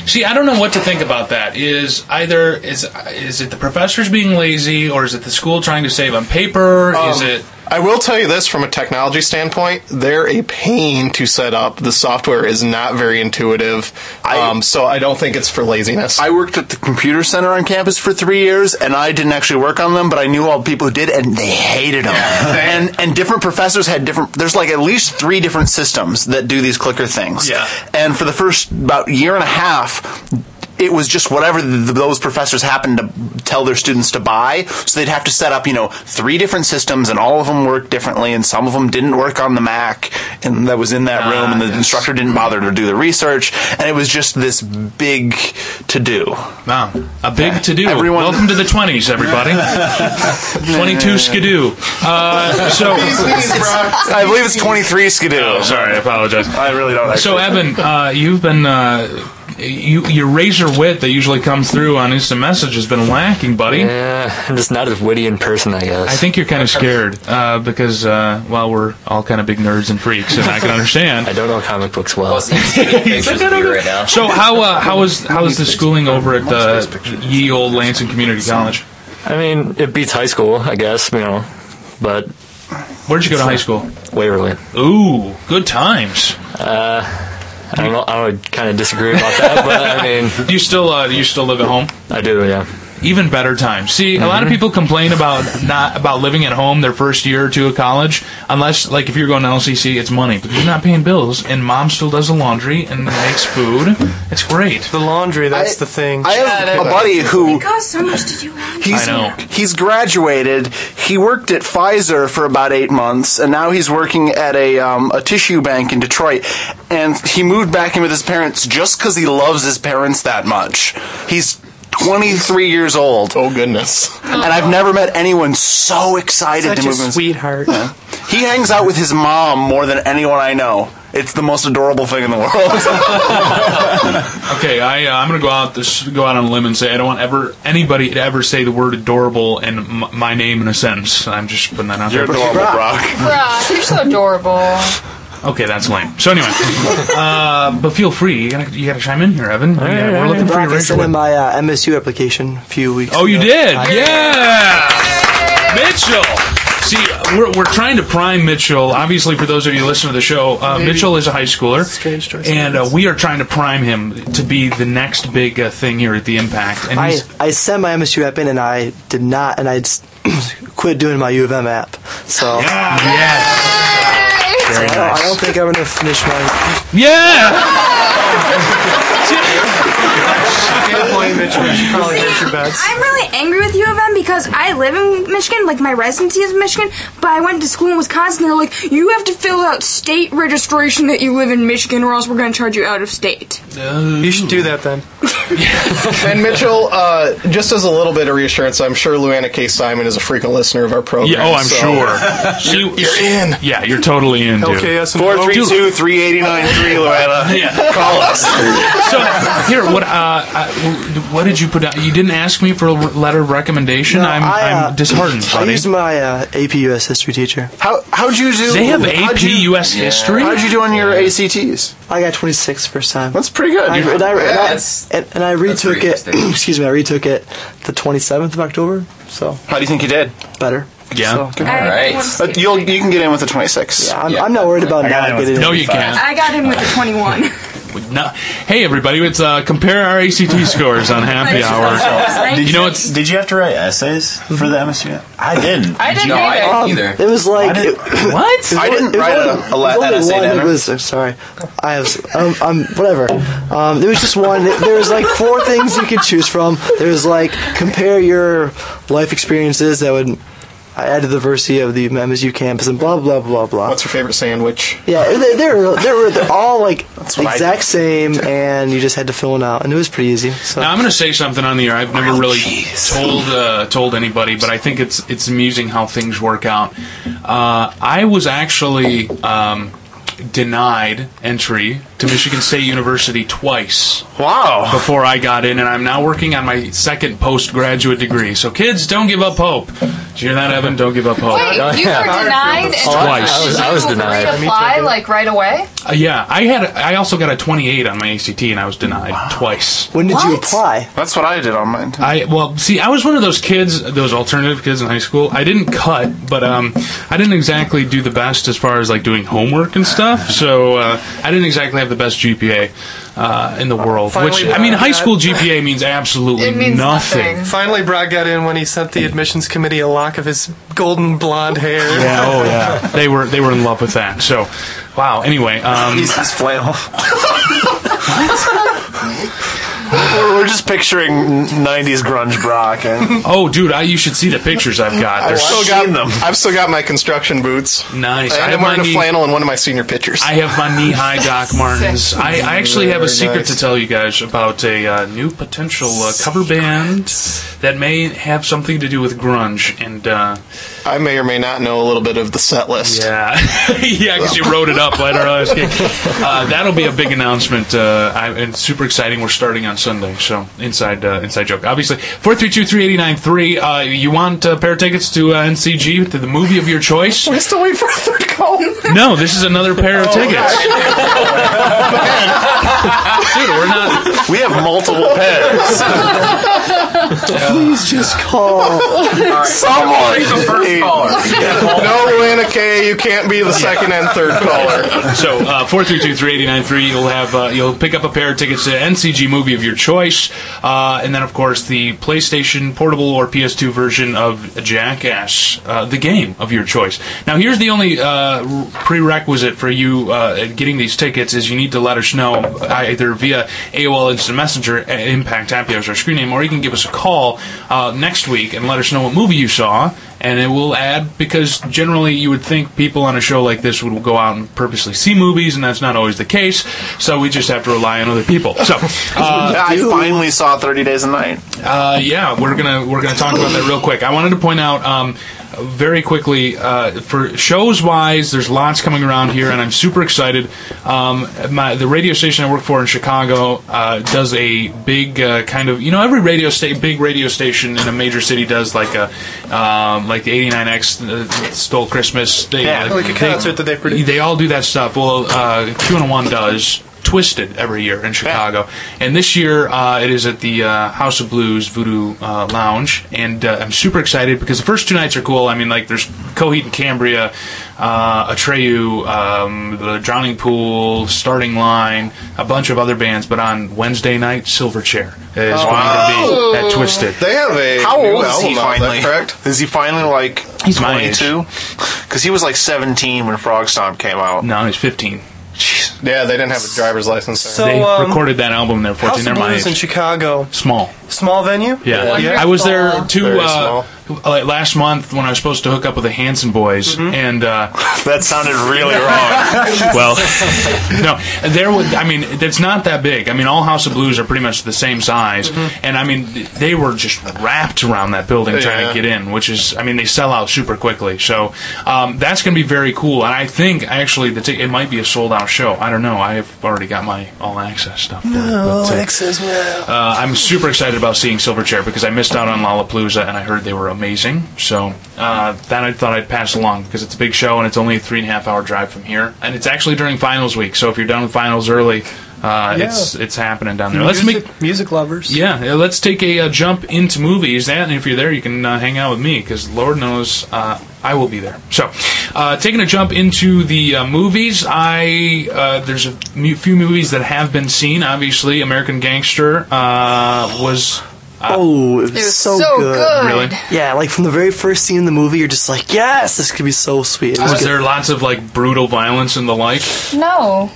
Speaker 3: See, I don't know what to think about that. Is either is is it the professors being lazy, or is it the school trying to save on paper? is
Speaker 9: Um,
Speaker 3: it
Speaker 9: I will tell you this from a technology standpoint, they're a pain to set up. The software is not very intuitive, um, so I don't think it's for laziness.
Speaker 5: I worked at the computer center on campus for three years, and I didn't actually work on them, but I knew all the people who did, and they hated
Speaker 9: (laughs)
Speaker 5: them. and and different professors had different. There's like at least three different systems that do these clicker things.
Speaker 10: Yeah.
Speaker 5: And for the first about year and a half. It was just whatever th those professors happened to tell their students to buy. So they'd have to set up, you know, three different systems, and all of them worked differently, and some of them didn't work on the Mac, and that was in that room, and the instructor didn't bother to do the research, and it was just this big to do.
Speaker 3: Wow, Ah, a big to do. Welcome to the twenties, everybody. Twenty-two skidoo. Uh, so
Speaker 5: (laughs)
Speaker 3: (laughs) Oh,
Speaker 5: I believe it's 23 skidoo.
Speaker 3: sorry, I apologize.
Speaker 5: I really don't.
Speaker 3: So, Evan, uh, you've been uh, you, your razor wit that usually comes through on instant message has been lacking, buddy.
Speaker 6: Yeah, I'm just not as witty in person, I guess.
Speaker 3: I think you're kind of scared uh, because uh, well, we're all kind of big nerds and freaks, and I can
Speaker 6: (laughs)
Speaker 3: understand. I
Speaker 6: don't know comic books well.
Speaker 10: Pictures of you right now.
Speaker 3: So how uh, how is how is the schooling over at the ye old Lansing Community College?
Speaker 6: I mean, it beats high school, I guess, you know. But
Speaker 3: where'd you go to high school?
Speaker 6: Waverly.
Speaker 3: Ooh, good times.
Speaker 6: Uh, I don't know. I would kind of disagree about that, but I
Speaker 3: (laughs)
Speaker 6: mean,
Speaker 3: do you still uh, do you still live at home?
Speaker 6: I do, yeah.
Speaker 3: Even better times. See, a lot of
Speaker 6: Mhm.
Speaker 3: people complain about not about living at home their first year or two of college, unless like if you're going to LCC, it's money, but you're not paying bills, and mom still does the laundry and makes food. It's great. The
Speaker 4: laundry, that's the thing.
Speaker 5: I have a buddy who
Speaker 11: Cost Oh so much to do
Speaker 5: he's
Speaker 3: I know.
Speaker 5: he's graduated. He worked at Pfizer for about eight months, and now he's working at a um, a tissue bank in Detroit. And he moved back in with his parents just because he loves his parents that much. He's 23 years old.
Speaker 9: Oh goodness!
Speaker 5: And I've never met anyone so excited
Speaker 4: Such
Speaker 5: to
Speaker 4: a
Speaker 5: move. in-
Speaker 4: sweetheart.
Speaker 5: Yeah. He hangs out with his mom more than anyone I know. It's the most adorable thing in the world.
Speaker 3: Okay, I, uh, I'm gonna go out this go out on a limb and say I don't want ever anybody to ever say the word adorable and m- my name in a sentence. I'm just putting that out
Speaker 5: You're (laughs)
Speaker 3: there.
Speaker 5: adorable, Brock.
Speaker 7: Bruh, you're so adorable.
Speaker 3: Okay, that's lame. So
Speaker 5: (laughs)
Speaker 3: anyway, uh, but feel free. You gotta, you gotta chime in here, Evan. We gotta- we're looking for your
Speaker 12: Brock, I sent in
Speaker 3: racial-
Speaker 12: my uh, MSU application a few weeks.
Speaker 3: Oh, you
Speaker 12: ago.
Speaker 3: did?
Speaker 12: I-
Speaker 3: Yeah, Mitchell. See, we're, we're trying to prime Mitchell. Obviously, for those of you listening to the show, uh,
Speaker 4: Maybe.
Speaker 3: Mitchell is a high schooler,
Speaker 4: Strange choice.
Speaker 3: and uh, we are trying to prime him to be the next big uh, thing here at the Impact. And
Speaker 12: I,
Speaker 3: he's,
Speaker 12: I sent my MSU app in and I did not, and I just (clears throat) quit doing my U of M app. So
Speaker 3: yes,
Speaker 4: Oh,
Speaker 12: I, don't, I don't think I'm gonna finish my.
Speaker 3: yeah.
Speaker 4: Good
Speaker 12: (laughs)
Speaker 4: point, Mitchell. You should probably hit your bets.
Speaker 11: I'm really angry with U of M because I live in Michigan, like my residency is in Michigan, but I went to school in Wisconsin. They're like, you have to fill out state registration that you live in Michigan, or else we're going to charge you out of state.
Speaker 4: You should do that then.
Speaker 9: and Mitchell, uh, just as a little bit of reassurance, I'm sure Luana K. Simon is a frequent listener of our program.
Speaker 3: Yeah, oh, I'm
Speaker 9: so-
Speaker 3: sure. She-
Speaker 9: You're in.
Speaker 3: Yeah, you're totally in, dude.
Speaker 4: Okay, yes.
Speaker 5: Four three two three eighty nine three,
Speaker 12: (laughs)
Speaker 5: Loretta.
Speaker 3: Yeah.
Speaker 5: Call us.
Speaker 3: So here, what uh, I, what did you put out? You didn't ask me for a letter of recommendation. I'm, I,
Speaker 12: I, uh,
Speaker 3: am disheartened,
Speaker 12: I
Speaker 3: buddy.
Speaker 12: used my uh, AP US history teacher.
Speaker 5: How how'd you do?
Speaker 3: They have
Speaker 5: how'd
Speaker 3: AP
Speaker 5: you-
Speaker 3: U.S. history.
Speaker 5: How'd you do on your ACTs?
Speaker 12: I got 26 first time.
Speaker 5: That's pretty good.
Speaker 12: I, and, I, and, I,
Speaker 10: that's-
Speaker 12: and, and I retook
Speaker 10: pretty
Speaker 12: it. (clears throat)
Speaker 10: interesting.
Speaker 12: excuse me, I retook it the 27th of October. So
Speaker 5: How do you think you did?
Speaker 12: better.
Speaker 3: Yeah.
Speaker 5: Good.
Speaker 11: All
Speaker 10: right.
Speaker 5: Uh, you'll you can get in with a twenty six.
Speaker 12: I'm, I'm not worried about
Speaker 10: I got
Speaker 12: not
Speaker 10: it with
Speaker 12: getting.
Speaker 9: (laughs)
Speaker 3: No, you can't.
Speaker 11: I got in with a 21.
Speaker 3: We- no- Hey, everybody, it's uh, compare our ACT scores on Happy Hour.
Speaker 13: Did
Speaker 3: you know, it's
Speaker 13: did you have to write essays for the MSU?
Speaker 12: Mm-hmm.
Speaker 13: I didn't.
Speaker 7: I didn't
Speaker 13: No,
Speaker 7: either.
Speaker 13: either.
Speaker 12: It was like
Speaker 13: did-
Speaker 12: it-
Speaker 13: What?
Speaker 12: Um, it was
Speaker 13: I
Speaker 12: only-
Speaker 13: didn't
Speaker 12: it was
Speaker 13: write
Speaker 12: only-
Speaker 13: a- a la-
Speaker 12: it was
Speaker 13: an essay,
Speaker 12: only one.
Speaker 13: never.
Speaker 12: It was I'm sorry. I have um, I'm whatever. Um, there was just one. There was like four things you could choose from. There was like compare your life experiences that would add to the diversity of the MSU campus and blah blah blah blah.
Speaker 9: What's your favorite sandwich?
Speaker 12: Yeah, they, they were they were they're all like
Speaker 9: what I
Speaker 12: exact same, and you just had to fill it out, and it was pretty easy. So
Speaker 3: Now I'm going to say something on the air. I've never really told uh, told anybody, but I think it's it's amusing how things work out. Uh, I was actually um, denied entry to Michigan State University twice.
Speaker 13: Wow!
Speaker 3: Before I got in, and I'm now working on my second postgraduate degree. So kids, don't give up hope. Did you hear that, Evan? Don't give up hope.
Speaker 7: Wait, you were denied and
Speaker 3: twice.
Speaker 7: reapply like right away.
Speaker 3: Uh, yeah, I had. I also got a 28 on my ACT, and I was denied twice.
Speaker 12: When did you apply?
Speaker 9: That's what I did on mine.
Speaker 3: I well, see, I was one of those kids, those alternative kids in high school. I didn't cut, but um, I didn't exactly do the best as far as like doing homework and stuff. So uh, I didn't exactly have the best GPA uh, in the world.
Speaker 4: Finally,
Speaker 3: which I mean,
Speaker 4: Brad
Speaker 3: high
Speaker 4: got-
Speaker 3: school GPA means absolutely nothing.
Speaker 4: Finally, Brad got in when he sent the admissions committee a lock of his golden blonde hair.
Speaker 3: Yeah, oh yeah, they were they were in love with that. So, wow. Anyway, um,
Speaker 13: He's his
Speaker 5: (laughs)
Speaker 13: flail.
Speaker 9: We're we're just picturing 90s grunge Brock. And
Speaker 3: oh, dude, I, you should see the pictures I've got. They're
Speaker 9: I've still
Speaker 3: so
Speaker 9: got them. I've still got my construction boots.
Speaker 3: nice.
Speaker 9: And
Speaker 3: I
Speaker 9: I'm
Speaker 3: have my
Speaker 9: wearing a
Speaker 3: knee-
Speaker 9: flannel in one of my senior pictures.
Speaker 3: I have my knee high Doc Martens.
Speaker 9: Sick.
Speaker 3: I, I actually have a
Speaker 9: Very
Speaker 3: secret
Speaker 9: nice.
Speaker 3: to tell you guys about a uh, new potential uh, cover band that may have something to do with grunge. And uh,
Speaker 9: I may or may not know a little bit of the set list.
Speaker 3: yeah, (laughs) yeah, because you wrote it up. I don't know. Uh, that'll be a big announcement. Uh, I, and super exciting. We're starting on Sunday. So inside uh, inside joke. Obviously, four three two three eighty nine three. uh, You want a pair of tickets to uh, NCG to the movie of your choice?
Speaker 9: We're still waiting for a third call.
Speaker 3: No, this is another pair of tickets. Dude, we're not.
Speaker 9: We have multiple
Speaker 10: (laughs)
Speaker 9: pairs.
Speaker 12: please
Speaker 4: Uh,
Speaker 12: just call.
Speaker 9: Someone.
Speaker 10: Take the first caller.
Speaker 9: no, Lana K, you can't be the second and third caller.
Speaker 3: So uh, four three two three eighty nine three. You'll have uh, you'll pick up a pair of tickets to NCG movie of your choice, uh, and then of course the PlayStation Portable or PS2 version of Jackass, uh, the game of your choice. Now here's the only uh, prerequisite for you uh, getting these tickets is you need to let us know either via AOL Instant Messenger at Impact Happy Hours our screen name, or you can give us a call uh, next week and let us know what movie you saw and it will add because generally you would think people on a show like this would go out and purposely see movies, and that's not always the case. So we just have to rely on other people. So, uh,
Speaker 5: I
Speaker 9: finally saw 30 Days a Night.
Speaker 3: uh, yeah, we're gonna we're gonna talk about that real quick. I wanted to point out um, very quickly uh, for shows wise, there's lots coming around here, and I'm super excited. Um, my the radio station I work for in Chicago uh, does a big uh, kind of you know every radio state big radio station in a major city does like a um, like the 89X uh, stole Christmas. They,
Speaker 4: Yeah, like a concert
Speaker 3: that they produce. They all do that stuff. Well, uh, Q101 does Twisted every year in Chicago. And this year uh, it is at the uh, House of Blues Voodoo uh, Lounge. And uh, I'm super excited because the first two nights are cool. I mean, like, there's Coheed and Cambria, uh, Atreyu, um, The Drowning Pool, Starting Line, a bunch of other bands. But on Wednesday night, Silverchair is
Speaker 9: Oh.
Speaker 3: going to be at Twisted.
Speaker 9: They have a
Speaker 5: How
Speaker 9: new
Speaker 5: old is he
Speaker 9: album out,
Speaker 5: finally?
Speaker 9: that correct?
Speaker 5: Is he finally like
Speaker 3: He's my age.
Speaker 5: 22? Because he was like 17 when Frog Stomp came out.
Speaker 3: No, he's 15.
Speaker 9: Yeah, they didn't have a driver's license. there.
Speaker 4: (laughs) So,
Speaker 3: they
Speaker 4: um,
Speaker 3: recorded that album there, 14.
Speaker 4: House
Speaker 3: They're
Speaker 4: of
Speaker 3: my
Speaker 4: Blues in
Speaker 3: age.
Speaker 4: Chicago.
Speaker 3: Small.
Speaker 4: Small venue?
Speaker 3: Yeah, I was there too. Uh, like last month when I was supposed to hook up with the Hanson boys, and uh,
Speaker 5: that sounded really (laughs) wrong.
Speaker 3: well, no, there would. I mean, it's not that big. I mean, all House of Blues are pretty much the same size, and I mean, they were just wrapped around that building trying
Speaker 9: Yeah.
Speaker 3: to get in, which is, I mean, they sell out super quickly. So um, that's going to be very cool, and I think actually the t- it might be a sold out show. I don't know. I've already got my all access stuff. for it, but, uh,
Speaker 4: as well.
Speaker 3: uh, I'm super excited about seeing Silverchair because I missed out on Lollapalooza and I heard they were amazing. So uh, that I thought I'd pass along because it's a big show and it's only a three and a half hour drive from here. And it's actually during finals week, so if you're done with finals early, uh, Uh,
Speaker 4: Yeah.
Speaker 3: It's it's happening down there. Let's make
Speaker 4: music, music lovers.
Speaker 3: yeah, yeah, let's take a uh, jump into movies. And if you're there, you can uh, hang out with me because Lord knows uh, I will be there. So, uh, taking a jump into the uh, movies, I uh, there's a mu- few movies that have been seen. Obviously, American Gangster uh, was.
Speaker 12: oh, it was, so, good.
Speaker 3: Really?
Speaker 12: Yeah, like from the very first scene in the movie, you're just like, yes, this could be so sweet. It
Speaker 3: Was,
Speaker 12: good.
Speaker 3: there lots of like brutal violence and the like?
Speaker 7: No.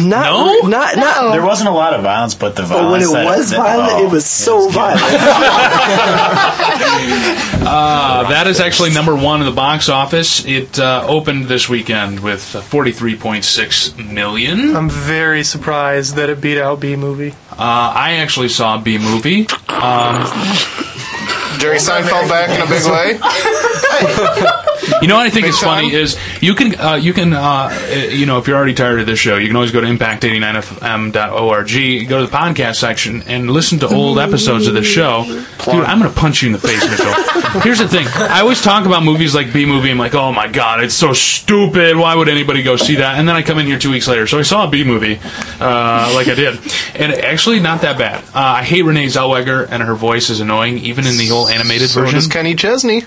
Speaker 12: not,
Speaker 3: No?
Speaker 12: not,
Speaker 7: No.
Speaker 12: not.
Speaker 13: There wasn't a lot of violence, but the
Speaker 12: But when
Speaker 13: violence.
Speaker 12: it was
Speaker 13: that,
Speaker 12: violent,
Speaker 13: oh.
Speaker 12: it was so violent.
Speaker 9: (laughs)
Speaker 3: Uh, that is actually number one in the box office. It uh, opened this weekend with 43.6 million.
Speaker 4: I'm very surprised that it beat out B movie.
Speaker 3: Uh, I actually saw a B movie. Um,
Speaker 9: Jerry Seinfeld back in a big way.
Speaker 3: you know what I think is funny is you can uh, you can uh, uh, you know if you're already tired of this show, you can always go to impact89fm.org, go to the podcast section, and listen to old episodes of the show. Dude, I'm gonna punch you in the face,
Speaker 9: (laughs)
Speaker 3: Mitchell. Here's the thing: I always talk about movies like B movie. I'm like, oh my god, it's so stupid. Why would anybody go see that? And then I come in here two weeks later, so I saw a B movie, uh, like I did, and actually not that bad. Uh, I hate Renee Zellweger, and her voice is annoying, even in the whole animated
Speaker 9: So
Speaker 3: version.
Speaker 9: does
Speaker 13: (laughs)
Speaker 9: Kenny Chesney.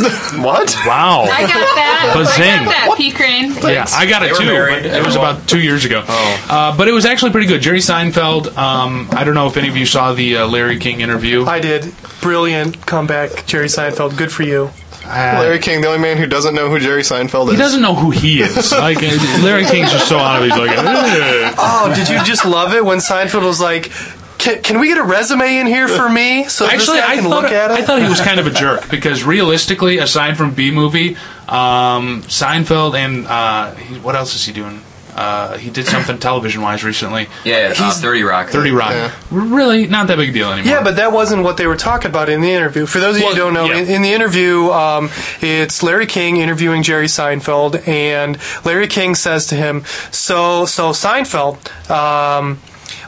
Speaker 3: What? Wow.
Speaker 7: I got that. I
Speaker 3: Bazing.
Speaker 7: got that, P. Crane.
Speaker 3: Yeah, I got it
Speaker 10: They were
Speaker 3: too.
Speaker 10: married. Oh.
Speaker 3: but It was about two years ago. Uh, but it was actually pretty good. Jerry Seinfeld, um, I don't know if any of you saw the uh, Larry King interview.
Speaker 4: I did. Brilliant comeback, Jerry Seinfeld. Good for you.
Speaker 9: Larry King, the only man who doesn't know who Jerry Seinfeld is.
Speaker 3: He doesn't know who he
Speaker 4: (laughs)
Speaker 3: is. Like uh, Larry King's just so out of it. He's like, uh, "Ugh."
Speaker 4: Oh, did you just love it when Seinfeld was like, can, can we get a resume in here for me so
Speaker 3: Actually,
Speaker 4: this guy
Speaker 3: I
Speaker 4: can
Speaker 3: thought,
Speaker 4: look at it?
Speaker 3: I thought
Speaker 4: (laughs)
Speaker 3: he was kind of a jerk because realistically, aside from B movie, um, Seinfeld and uh, he, what else is he doing? Uh, he did something television wise recently.
Speaker 10: Yeah, he's uh, Thirty Rock.
Speaker 3: 30 Rock.
Speaker 4: Yeah.
Speaker 3: Really, not that big a deal anymore.
Speaker 4: Yeah, but that wasn't what they were talking about in the interview. For those of you who don't know, in, in the interview, um, it's Larry King interviewing Jerry Seinfeld, and Larry King says to him, "So, so Seinfeld." Um,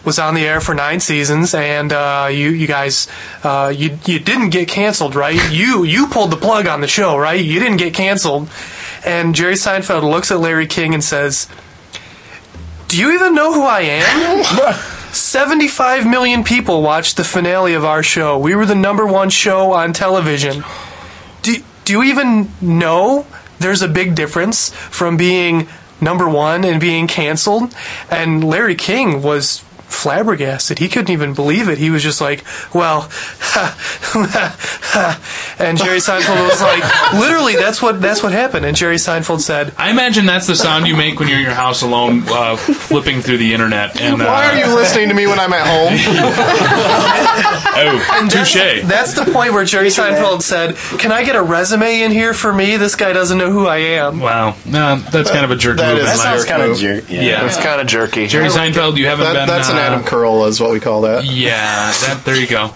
Speaker 4: was on the air for nine seasons, and uh, you you guys uh, you you didn't get canceled, right? (laughs) You you pulled the plug on the show, right? You didn't get canceled. And Jerry Seinfeld looks at Larry King and says, do you even know who I am? 75 million people watched the finale of our show. We were the number one show on television. Do, do you even know there's a big difference from being number one and being canceled? And Larry King was flabbergasted. He couldn't even believe it. He was just like, well, (laughs) and Jerry Seinfeld was like, literally, that's what, that's what happened. And Jerry Seinfeld said,
Speaker 3: I imagine that's the sound you make when you're in your house alone, uh, flipping through the internet. And uh,
Speaker 9: Why are you listening to me when I'm at home?
Speaker 3: Oh, touche.
Speaker 4: That's the point where Jerry Seinfeld said, "Can I get a resume in here for me? This guy doesn't know who I am."
Speaker 3: Wow, no, that's kind of a jerk
Speaker 9: That
Speaker 3: move.
Speaker 9: is
Speaker 3: in
Speaker 9: a
Speaker 3: my
Speaker 9: jerk
Speaker 3: opinion.
Speaker 9: move.
Speaker 3: yeah.
Speaker 9: it's kind of jerky.
Speaker 3: Jerry Seinfeld, you haven't
Speaker 9: That-
Speaker 3: been,
Speaker 9: That's an
Speaker 3: uh,
Speaker 9: Adam Carolla, is what we call that.
Speaker 3: Yeah, that, there you go.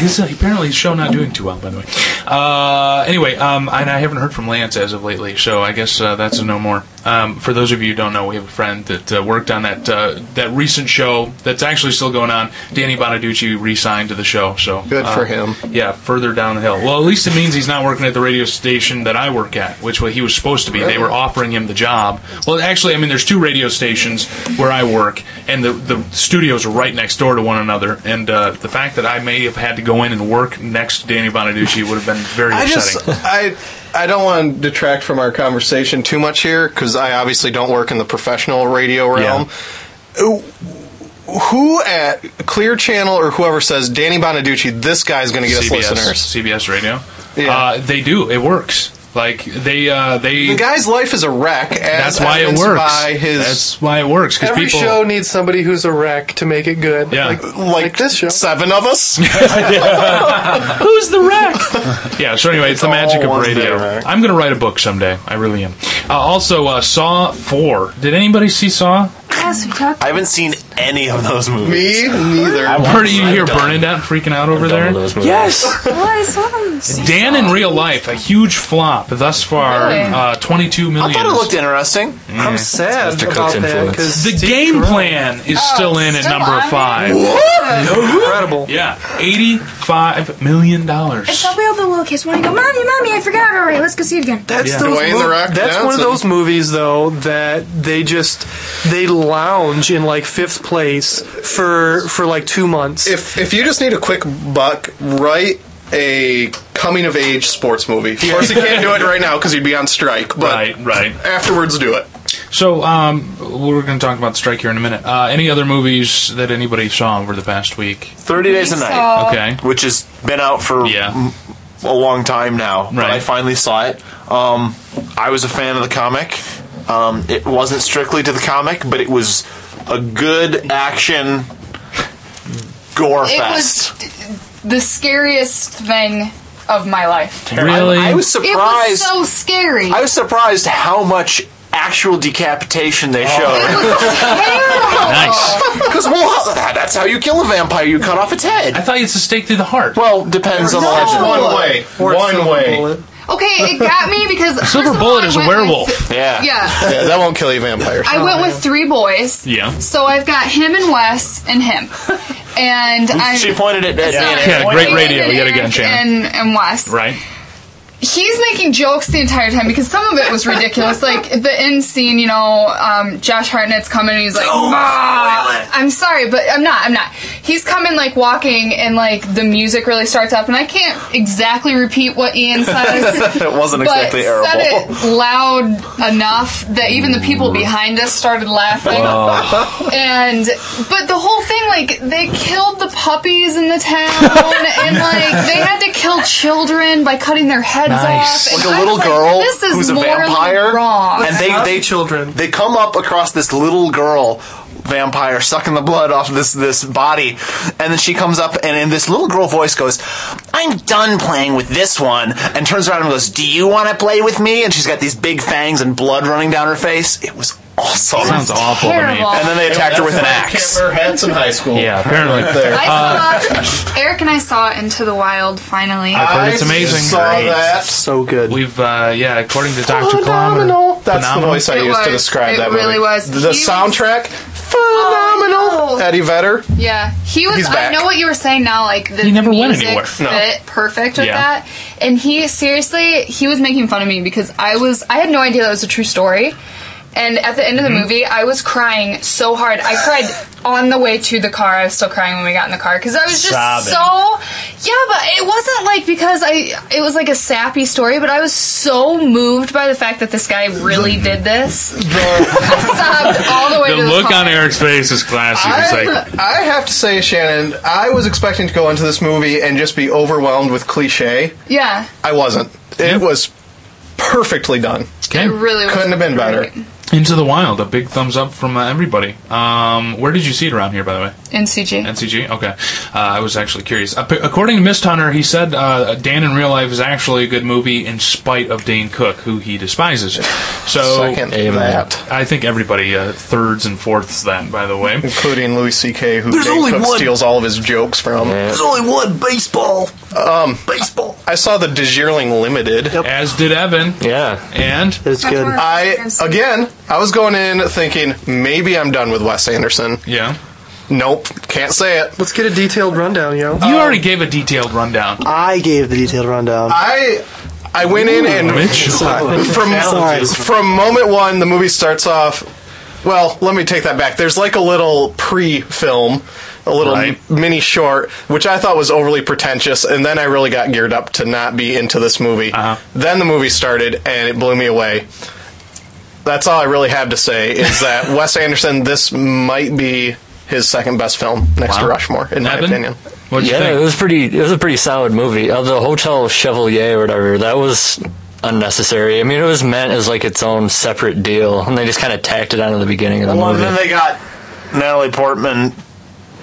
Speaker 3: He's, uh, apparently, his show not doing too well. By the way, uh, anyway, um, and I haven't heard from Lance as of lately, so I guess uh, that's a no more. Um, for those of you who don't know, we have a friend that uh, worked on that uh, that recent show that's actually still going on. Danny Bonaducci re-signed to the show, so
Speaker 9: Good
Speaker 3: uh,
Speaker 9: for him.
Speaker 3: Yeah, further down the hill. Well, at least it means he's not working at the radio station that I work at, which what he was supposed to be. They were offering him the job. Well, actually, I mean, there's two radio stations where I work, and the the studios are right next door to one another. And uh, the fact that I may have had to go in and work next to Danny Bonaducci would have been very
Speaker 9: I just I
Speaker 3: upsetting.
Speaker 9: I don't want to detract from our conversation too much here because I obviously don't work in the professional radio realm. Ooh, Who at Clear Channel or whoever says Danny Bonaducci, this guy's going to get us
Speaker 3: CBS,
Speaker 9: listeners.
Speaker 3: CBS Radio. Uh, they do. It works. Like they uh, they.
Speaker 9: The guy's life is a wreck. As
Speaker 3: that's why it
Speaker 9: evidenced
Speaker 3: works.
Speaker 9: By his
Speaker 3: that's why it works because
Speaker 4: Every
Speaker 3: people.
Speaker 4: show needs somebody who's a wreck to make it good.
Speaker 3: Yeah.
Speaker 4: Like, like this show.
Speaker 9: Seven of
Speaker 3: (laughs)
Speaker 9: us.
Speaker 3: Who's
Speaker 4: (laughs)
Speaker 3: the wreck? yeah, so anyway, it's the magic of
Speaker 9: ones
Speaker 3: radio.
Speaker 9: there, right?
Speaker 3: I'm going to write a book someday. I really am. Uh, also, uh, Saw 4. Did anybody see Saw?
Speaker 11: Yes, we talked.
Speaker 5: I haven't seen
Speaker 13: any of those movies.
Speaker 9: Me neither.
Speaker 3: Where do you hear Bernadette freaking out over there?
Speaker 11: Yes. well, I saw them.
Speaker 3: Dan in real life, a huge flop thus far,
Speaker 4: Really?
Speaker 3: uh, 22 million.
Speaker 4: I thought it looked
Speaker 5: interesting.
Speaker 4: I'm sad about that, 'cause
Speaker 3: the game plan is still in
Speaker 4: Oh,
Speaker 3: at
Speaker 4: still
Speaker 3: number
Speaker 4: on?
Speaker 3: five.
Speaker 4: What? Incredible.
Speaker 3: Yeah, $85 million. dollars.
Speaker 11: It's probably all the little kids want to go, Mommy, Mommy, I forgot already. Let's go see it again.
Speaker 4: That's those mo- That's one of those movies though that they just they lounge in like fifth place for for like two months.
Speaker 9: If if you just need a quick buck, write a coming of age sports movie. Of course, you can't do it right now because you'd be on strike. But
Speaker 3: right, right.
Speaker 9: Afterwards, do it.
Speaker 3: So, um, we're going to talk about Strike here in a minute. Uh, any other movies that anybody saw over the past week?
Speaker 5: 30 Days a Night.
Speaker 3: Okay.
Speaker 5: Which has been out for m- a long time now. Right. But I finally saw it. Um, I was a fan of the comic. Um, it wasn't strictly to the comic, but it was a good action gore
Speaker 7: It
Speaker 5: fest.
Speaker 7: was the scariest thing of my life.
Speaker 5: Really? I- I was
Speaker 7: It was
Speaker 5: surprised.
Speaker 7: so scary.
Speaker 5: I was surprised how much actual decapitation they showed. (laughs)
Speaker 3: (laughs)
Speaker 5: Because well, that- that's how you kill a vampire. You cut off its head. I
Speaker 3: thought it's a stake through the heart.
Speaker 5: Well, depends on the
Speaker 7: No.
Speaker 5: legend.
Speaker 7: One
Speaker 9: way.
Speaker 5: Or a
Speaker 9: One
Speaker 5: silver
Speaker 9: way.
Speaker 5: bullet.
Speaker 7: Okay, it got me because first
Speaker 9: Silver
Speaker 7: of all,
Speaker 9: Bullet
Speaker 7: I
Speaker 9: is a
Speaker 7: went with-
Speaker 9: werewolf.
Speaker 5: Yeah.
Speaker 7: Yeah.
Speaker 9: that won't kill you, vampires.
Speaker 5: Oh,
Speaker 7: I went with three boys.
Speaker 9: Yeah.
Speaker 7: So I've got him and Wes and
Speaker 5: (laughs)
Speaker 7: him. And I'm
Speaker 5: She pointed it at me.
Speaker 7: Sorry.
Speaker 3: Yeah, great radio
Speaker 7: And
Speaker 3: yet again,
Speaker 7: Eric
Speaker 3: Shannon.
Speaker 7: And, and Wes.
Speaker 3: Right.
Speaker 7: He's making jokes the entire time because some of it was
Speaker 5: (laughs)
Speaker 7: ridiculous. like the end scene, you know, um, Josh Hartnett's coming and he's like,
Speaker 5: Oh,
Speaker 14: Don't
Speaker 7: "Ma."
Speaker 14: spoil it.
Speaker 7: I'm sorry, but I'm not. I'm not. He's coming like walking and like the music really starts up and I can't exactly repeat what Ian
Speaker 5: (laughs)
Speaker 7: says.
Speaker 5: It wasn't
Speaker 7: but
Speaker 5: exactly
Speaker 7: said
Speaker 5: (laughs) arable.
Speaker 7: it loud enough that even the people behind us started laughing.
Speaker 5: Oh.
Speaker 7: And but the whole thing, like they killed the puppies in the town,
Speaker 5: (laughs)
Speaker 7: and like they had to kill children by cutting their heads
Speaker 5: Nice.
Speaker 7: off.
Speaker 5: Like
Speaker 7: And
Speaker 5: a
Speaker 7: I
Speaker 5: little
Speaker 7: was
Speaker 5: girl
Speaker 7: this is
Speaker 5: who's a
Speaker 7: morally
Speaker 5: vampire,
Speaker 7: wrong.
Speaker 5: and they they children they come up across this little girl vampire sucking the blood off this this body, and then she comes up and in this little girl voice goes, "I'm done playing with this one," and turns around and goes, "Do you want to play with me?" And she's got these big fangs and blood running down her face. It was. Awesome.
Speaker 3: Sounds awful to me. Terrible.
Speaker 5: And then they attacked her with an
Speaker 9: That's why
Speaker 5: axe.
Speaker 9: Kemper had some high school.
Speaker 3: Yeah, apparently.
Speaker 9: Right there.
Speaker 5: uh,
Speaker 7: I saw Eric and I saw Into the Wild finally.
Speaker 3: I've heard it's amazing.
Speaker 5: So good.
Speaker 3: We've, uh, yeah, according to Dr. Kilometer.
Speaker 9: That's the voice I
Speaker 7: It
Speaker 9: used to
Speaker 7: was.
Speaker 9: describe
Speaker 7: It
Speaker 9: that
Speaker 7: really
Speaker 9: movie.
Speaker 7: was.
Speaker 9: The
Speaker 7: He
Speaker 9: soundtrack,
Speaker 7: Oh,
Speaker 9: phenomenal. Eddie Vedder.
Speaker 7: Yeah, he was.
Speaker 9: He's
Speaker 7: I
Speaker 9: back.
Speaker 7: know what you were saying now. Like the
Speaker 9: He never went
Speaker 7: music
Speaker 9: anywhere. No.
Speaker 7: fit perfect with
Speaker 9: Yeah.
Speaker 7: that. And he seriously, he was making fun of me because I was. I had no idea that was a true story. And at the end of the movie, I was crying so hard. I cried on the way to the car. I was still crying when we got in the car because I was just
Speaker 14: Sobbing.
Speaker 7: so. Yeah, but it wasn't like because I. It was like a sappy story, but I was so moved by the fact that this guy really did this. (laughs) I sobbed all the way
Speaker 3: The
Speaker 7: to the
Speaker 3: look
Speaker 7: car.
Speaker 3: on Eric's face is classic. It's
Speaker 9: I,
Speaker 3: like,
Speaker 9: I have to say, Shannon, I was expecting to go into this movie and just be overwhelmed with cliche.
Speaker 7: yeah,
Speaker 9: I wasn't. It was perfectly done.
Speaker 7: it really was.
Speaker 9: Couldn't have been better.
Speaker 3: Into the Wild, a big thumbs up from uh, everybody. Um, where did you see it around here, by the way?
Speaker 7: NCG.
Speaker 3: NCG? Okay. Uh, I was actually curious. Ap- According to Mist Hunter, he said uh, Dan in real life is actually a good movie in spite of Dane Cook, who he despises. So
Speaker 9: Second that.
Speaker 3: I think everybody uh, thirds and fourths that, by the way.
Speaker 9: Including Louis C.K., who
Speaker 3: There's
Speaker 9: Dane
Speaker 3: only
Speaker 9: Cook
Speaker 3: one-
Speaker 9: steals all of his jokes from.
Speaker 3: There's
Speaker 5: only one baseball.
Speaker 9: Um,
Speaker 5: baseball.
Speaker 9: I saw the Dejeerling Limited.
Speaker 3: As did Evan.
Speaker 9: Yeah.
Speaker 3: And
Speaker 12: it's
Speaker 9: good. I again, I was going in thinking maybe I'm done with Wes Anderson.
Speaker 3: Yeah.
Speaker 9: Nope, can't say it.
Speaker 4: Let's get a detailed rundown, yo.
Speaker 9: Uh,
Speaker 3: You already gave a detailed rundown.
Speaker 12: I gave the detailed rundown.
Speaker 9: I I went in and
Speaker 12: Sorry.
Speaker 9: (laughs) from
Speaker 12: Sorry.
Speaker 9: from moment one, the movie starts off. Well, let me take that back. There's like a little pre-film, a little mini short, which I thought was overly pretentious, and then I really got geared up to not be into this movie. Then the movie started, and it blew me away. That's all I really have to say is that Wes Anderson, this might be his second best film next to
Speaker 6: Wow.
Speaker 9: Rushmore, in my
Speaker 6: Evan?
Speaker 9: opinion.
Speaker 6: yeah, it was pretty. It was a pretty solid movie. Uh, the Hotel Chevalier or whatever that was unnecessary. I mean, it was meant as like its own separate deal, and they just kind of tacked it on to the beginning of the
Speaker 5: Well, and
Speaker 6: movie.
Speaker 5: then they got Natalie Portman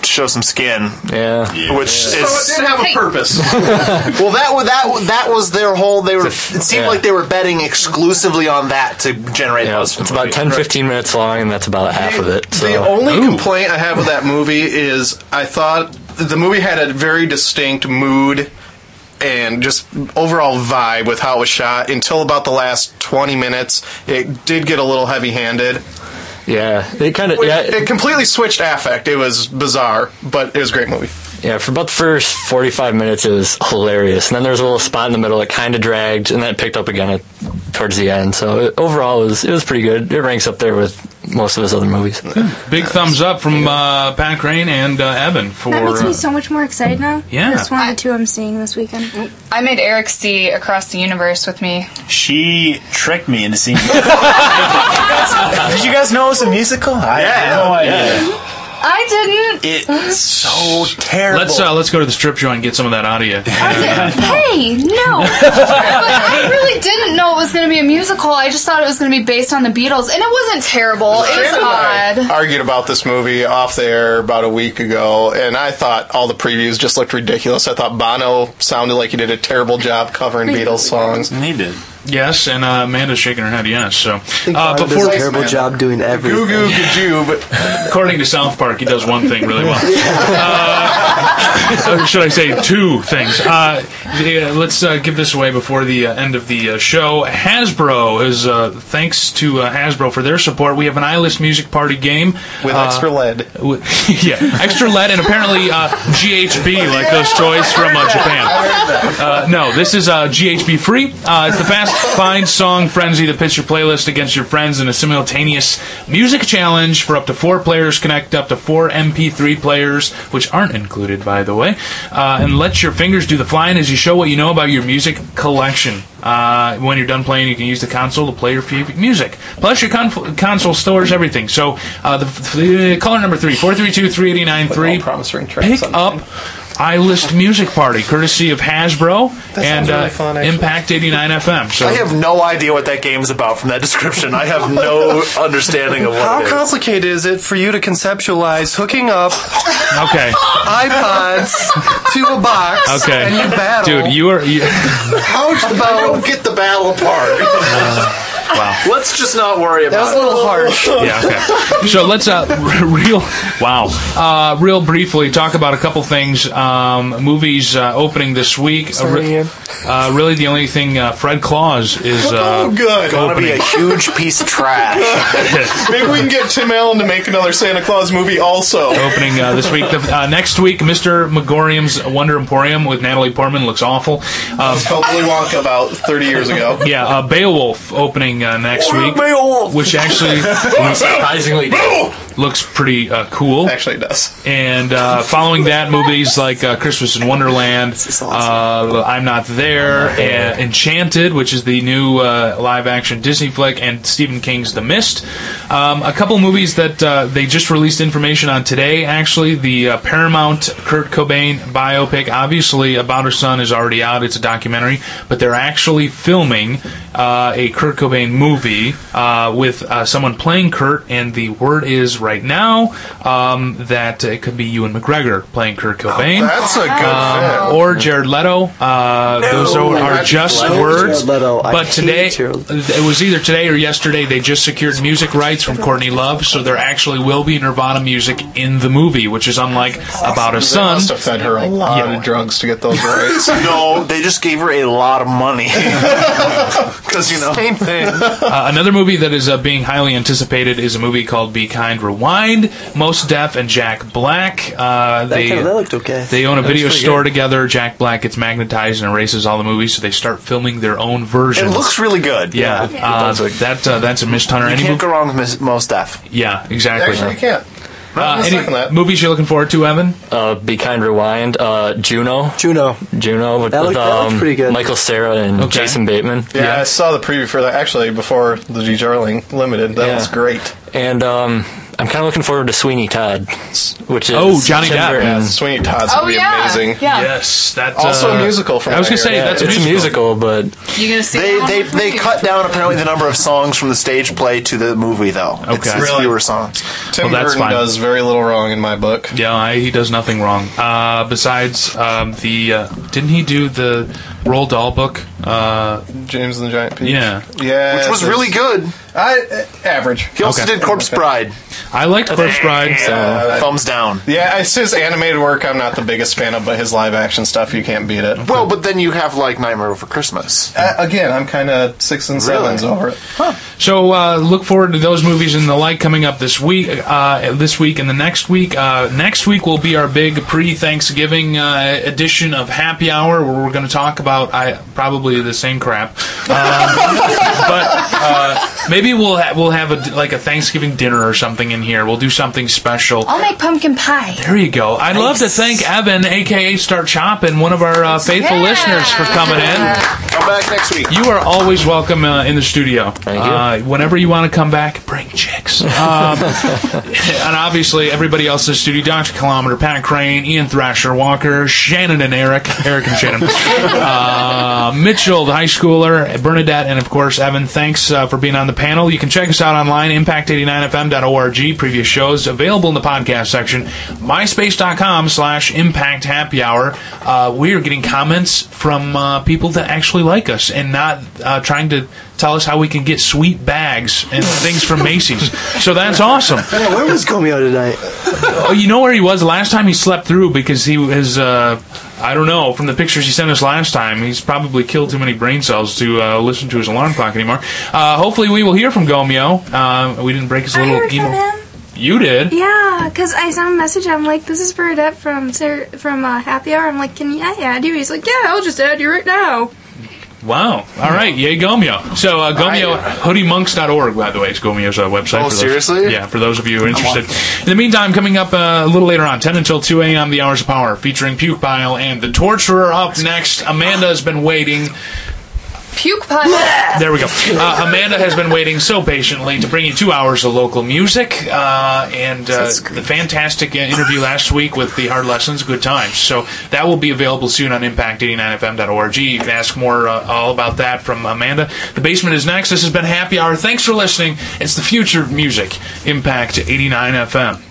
Speaker 5: show some skin.
Speaker 6: Yeah,
Speaker 5: which
Speaker 9: So
Speaker 5: is
Speaker 9: it did have
Speaker 6: (laughs)
Speaker 9: a purpose.
Speaker 5: well, that wa- that wa- that was their whole. They were. It seemed like they were betting exclusively on that to generate.
Speaker 6: Yeah, it's about 10, 15 minutes long, and that's about half of it. So.
Speaker 9: The only complaint I have with that movie is I thought the movie had a very distinct mood and just overall vibe with how it was shot until about the last 20 minutes. It did get a little heavy handed.
Speaker 6: Yeah, it kind of yeah.
Speaker 9: It completely switched affect. It was bizarre, but it was a great movie.
Speaker 6: Yeah, for about the first 45 minutes, it was hilarious. And then there was a little spot in the middle that kind of dragged, and then it picked up again at, towards the end. So it, overall, it was, it was pretty good. It ranks up there with most of his other movies.
Speaker 3: Big thumbs up from uh, Pat Crane and uh, Evan for.
Speaker 11: that makes
Speaker 3: uh,
Speaker 11: me so much more excited now.
Speaker 3: Yeah.
Speaker 11: That's one of the two I'm seeing this weekend.
Speaker 7: I made Eric see Across the Universe with me.
Speaker 13: She tricked me into
Speaker 5: (laughs)
Speaker 13: seeing. Did you guys know it was a musical? I had no idea.
Speaker 7: I didn't.
Speaker 13: It's so terrible.
Speaker 3: Let's uh, let's go to the strip joint and get some of that audio.
Speaker 7: Hey, no. but I really didn't know it was going to be a musical. I just thought it was going to be based on the Beatles, and it wasn't terrible. It was
Speaker 9: Shannon and
Speaker 7: odd.
Speaker 9: I argued about this movie off the air about a week ago, and I thought all the previews just looked ridiculous. I thought Bono sounded like he did a terrible job covering Beatles songs.
Speaker 13: He did.
Speaker 3: Yes, and uh, Amanda's shaking her head. Yes. So
Speaker 9: Bono
Speaker 3: uh,
Speaker 9: does a
Speaker 3: before
Speaker 9: terrible job
Speaker 12: doing everything.
Speaker 9: Goo goo goo but
Speaker 3: According to South Park, he does one thing really well. Uh, (laughs) or should I say two things? Uh, the, uh, let's uh, give this away before the uh, end of the uh, show. Hasbro is uh, thanks to uh, Hasbro for their support. We have an iList music party game
Speaker 9: With
Speaker 3: uh,
Speaker 9: extra lead.
Speaker 3: With, (laughs) yeah, extra lead and apparently uh, GHB, like those toys from uh, Japan. Uh, no, this is uh, GHB free. Uh, it's the fast find song frenzy that pits your playlist against your friends in a simultaneous music challenge for up to four players. Connect up to four MP3 players, which aren't included, by the way, uh, and let your fingers do the flying as you show what you know about your music collection. Uh, when you're done playing, you can use the console to play your favorite music. Plus, your con- console stores everything. So, uh, the, f- the color number three, four three two three eighty nine three. Promise ring Pick up iList Music Party, courtesy of Hasbro
Speaker 5: That
Speaker 3: and
Speaker 5: sounds really
Speaker 3: uh,
Speaker 5: fun, actually.
Speaker 3: Impact eighty nine FM. So,
Speaker 5: I have no idea what that game's about from that description. I have
Speaker 9: (laughs)
Speaker 5: no understanding of what
Speaker 4: How
Speaker 5: it is.
Speaker 4: complicated is it for you to conceptualize hooking up
Speaker 5: (laughs)
Speaker 3: okay,
Speaker 4: iPods to a box
Speaker 3: okay,
Speaker 4: and you battle?
Speaker 3: dude, you are. You,
Speaker 4: How
Speaker 5: I don't get the battle (laughs) part. Uh,
Speaker 3: wow.
Speaker 5: Let's just not worry
Speaker 4: was
Speaker 5: about.
Speaker 4: a little
Speaker 9: (laughs)
Speaker 4: harsh.
Speaker 5: it.
Speaker 3: yeah, okay. So let's uh, (laughs) r- real wow, uh, real briefly talk about a couple things. Um, movies uh, opening this week. Uh,
Speaker 4: Sorry, Ian.
Speaker 3: uh, really, the only thing uh, Fred Claus is uh,
Speaker 9: Oh, good.
Speaker 5: Gonna be a huge piece of trash.
Speaker 9: (laughs) Maybe we can get Tim Allen to make another Santa Claus movie also.
Speaker 3: opening uh, this week. The, uh, next week, Mr. Megorium's Wonder Emporium with Natalie Portman looks awful. Uh,
Speaker 9: Called Willy Wonka about 30 years ago.
Speaker 3: yeah, uh, Beowulf opening uh, next week,
Speaker 9: (laughs)
Speaker 3: which actually
Speaker 6: Surprisingly,
Speaker 3: (laughs) looks pretty uh, cool.
Speaker 9: Actually, it does.
Speaker 3: And uh, following that, movies like uh, Christmas in Wonderland, uh, I'm Not There, and Enchanted, which is the new uh, live action Disney flick, and Stephen King's The Mist. Um, a couple movies that uh, they just released information on today, actually. The uh, Paramount Kurt Cobain biopic, obviously, About Her Son is already out. It's a documentary, but they're actually filming uh, a Kurt Cobain movie uh, with uh, someone playing Kurt, and the word is right now um, that it could be Ewan McGregor playing Kurt Cobain.
Speaker 9: That's a good
Speaker 3: Um,
Speaker 9: fit.
Speaker 3: or Jared Leto. Uh, those are, are just
Speaker 12: Leto.
Speaker 3: words.
Speaker 12: Jared Leto. I
Speaker 3: But
Speaker 12: hate
Speaker 3: today,
Speaker 12: Jared
Speaker 3: it was either today or yesterday. They just secured music rights from Courtney Love, so there actually will be Nirvana music in the movie, which is unlike about a
Speaker 9: They
Speaker 3: son.
Speaker 9: must have fed her a lot of drugs to get those
Speaker 5: (laughs)
Speaker 9: rights.
Speaker 5: no, they just gave her a lot of
Speaker 9: (laughs)
Speaker 5: money. Because you know,
Speaker 4: Same thing.
Speaker 3: Uh, another movie that is uh, being highly anticipated is a movie called Be Kind, Rewind. Most Def and Jack Black. Uh,
Speaker 12: That,
Speaker 3: they
Speaker 12: kinda, that looked okay.
Speaker 3: They own a
Speaker 12: That was
Speaker 3: video
Speaker 12: pretty
Speaker 3: store
Speaker 12: good.
Speaker 3: together. Jack Black gets magnetized and erases all the movies, so they start filming their own version.
Speaker 5: it looks really good.
Speaker 3: yeah, uh, that uh, that's a missed hunter.
Speaker 5: You
Speaker 3: Any
Speaker 5: can't
Speaker 3: mov-
Speaker 5: go wrong with Ms. Most Def.
Speaker 3: yeah, exactly.
Speaker 9: Actually, you can't.
Speaker 3: Uh,
Speaker 9: I'll
Speaker 3: any
Speaker 9: second that.
Speaker 3: movies you're looking forward to, Evan?
Speaker 6: uh, Be Kind Rewind, uh, Juno,
Speaker 12: Juno.
Speaker 6: Juno with,
Speaker 12: That
Speaker 6: with
Speaker 12: looked- that looked
Speaker 6: um,
Speaker 12: pretty good.
Speaker 6: Michael Sarah and
Speaker 3: Okay.
Speaker 6: Jason Bateman.
Speaker 9: Yeah, I saw the preview for that actually before the D Jarling Limited. That was great.
Speaker 6: And um, I'm kind of looking forward to Sweeney Todd, which is
Speaker 3: Oh, Johnny
Speaker 6: Tim
Speaker 3: Depp.
Speaker 6: Burton.
Speaker 9: Sweeney Todd's
Speaker 7: Oh, yeah. Yeah.
Speaker 3: Yes, that uh,
Speaker 9: Also a musical from
Speaker 6: I was gonna
Speaker 9: that
Speaker 6: say
Speaker 9: era.
Speaker 6: that's it's a musical, but
Speaker 7: You're gonna see.
Speaker 5: They they they cut down apparently the number of songs from the stage play to the movie though. Okay, it's, it's
Speaker 9: Really?
Speaker 5: fewer songs.
Speaker 9: Tim Burton does very little wrong in my book.
Speaker 3: Yeah, I, he does nothing wrong. Uh, besides um, the, uh, didn't he do the Roald Dahl book? Uh,
Speaker 9: James and the Giant Peach.
Speaker 3: Yeah,
Speaker 9: Yeah,
Speaker 5: Which was
Speaker 9: Uh, it's-
Speaker 5: really good.
Speaker 9: I uh, average. Uh,
Speaker 5: He also
Speaker 3: Okay.
Speaker 5: did Corpse Bride.
Speaker 3: I liked Corpse Bride. So.
Speaker 5: thumbs down.
Speaker 9: Yeah, it's his animated work. I'm not the biggest fan of, but his live action stuff, you can't beat it.
Speaker 5: Well, but then you have like Nightmare Before Christmas.
Speaker 9: Uh, again, I'm kind of six and
Speaker 5: Really?
Speaker 9: sevens over it.
Speaker 3: So uh, look forward to those movies and the like coming up this week, uh, this week and the next week. Uh, next week will be our big pre-Thanksgiving uh, edition of Happy Hour, where we're going to talk about I, probably the same crap, um, (laughs) but uh, maybe we'll ha- we'll have a, like a Thanksgiving dinner or something in here. We'll do something special.
Speaker 7: I'll make pumpkin pie.
Speaker 3: There you go. I'd love to thank Evan, aka Start Chopping, one of our uh, faithful
Speaker 7: Yeah.
Speaker 3: listeners, for coming in.
Speaker 5: Come back next week.
Speaker 3: You are always welcome uh, in the studio.
Speaker 6: Thank you.
Speaker 3: Uh, whenever you want to come back, bring
Speaker 6: (laughs)
Speaker 3: chicks. Um, and obviously, everybody else in the studio Dr. Kilometer, Pat Crane, Ian Thrasher Walker, Shannon and Eric, Eric and Shannon, uh, Mitchell, the high schooler, Bernadette, and of course, Evan. Thanks uh, for being on the panel. You can check us out online, impact89fm.org. Previous shows available in the podcast section, myspace.com slash impact happy hour. Uh, we are getting comments from uh, people that actually like us and not uh, trying to tell us how we can get sweet bags and things from Macy's. So that's awesome.
Speaker 12: Yeah, where was Gomeo tonight?
Speaker 3: Oh, you know where he was last time he slept through because he was, uh, I don't know, from the pictures he sent us last time, he's probably killed too many brain cells to uh, listen to his alarm clock anymore. Uh, hopefully, we will hear from Gomeo. Uh, we didn't break his
Speaker 11: I
Speaker 3: little
Speaker 11: heard from
Speaker 3: emo.
Speaker 11: him.
Speaker 3: You
Speaker 11: (laughs)
Speaker 3: did?
Speaker 11: Yeah, because I sent him a message. I'm like, this is Bernadette from Sar- from uh, Happy Hour. I'm like, can I add you? He's like, yeah, I'll just add you right now.
Speaker 3: Wow. All right. Yay, Gomeo. So, uh, Gomeo, hoodiemonks.org, by the way, is Gomeo's uh, website.
Speaker 5: Oh,
Speaker 3: for those-
Speaker 5: seriously?
Speaker 3: Yeah, for those of you who are interested. In the meantime, coming up uh, a little later on, 10 until 2 a.m., The Hours of Power, featuring Puke Pile and The Torturer up next. Amanda has been waiting.
Speaker 7: Puke pie.
Speaker 3: There we go. Uh, Amanda has been waiting so patiently to bring you two hours of local music uh, and uh, the fantastic uh, interview last week with the Hard Lessons, Good Times. So that will be available soon on impact89fm.org. You can ask more uh, all about that from Amanda. The Basement is next. This has been Happy Hour. Thanks for listening. It's the future of music, Impact89FM.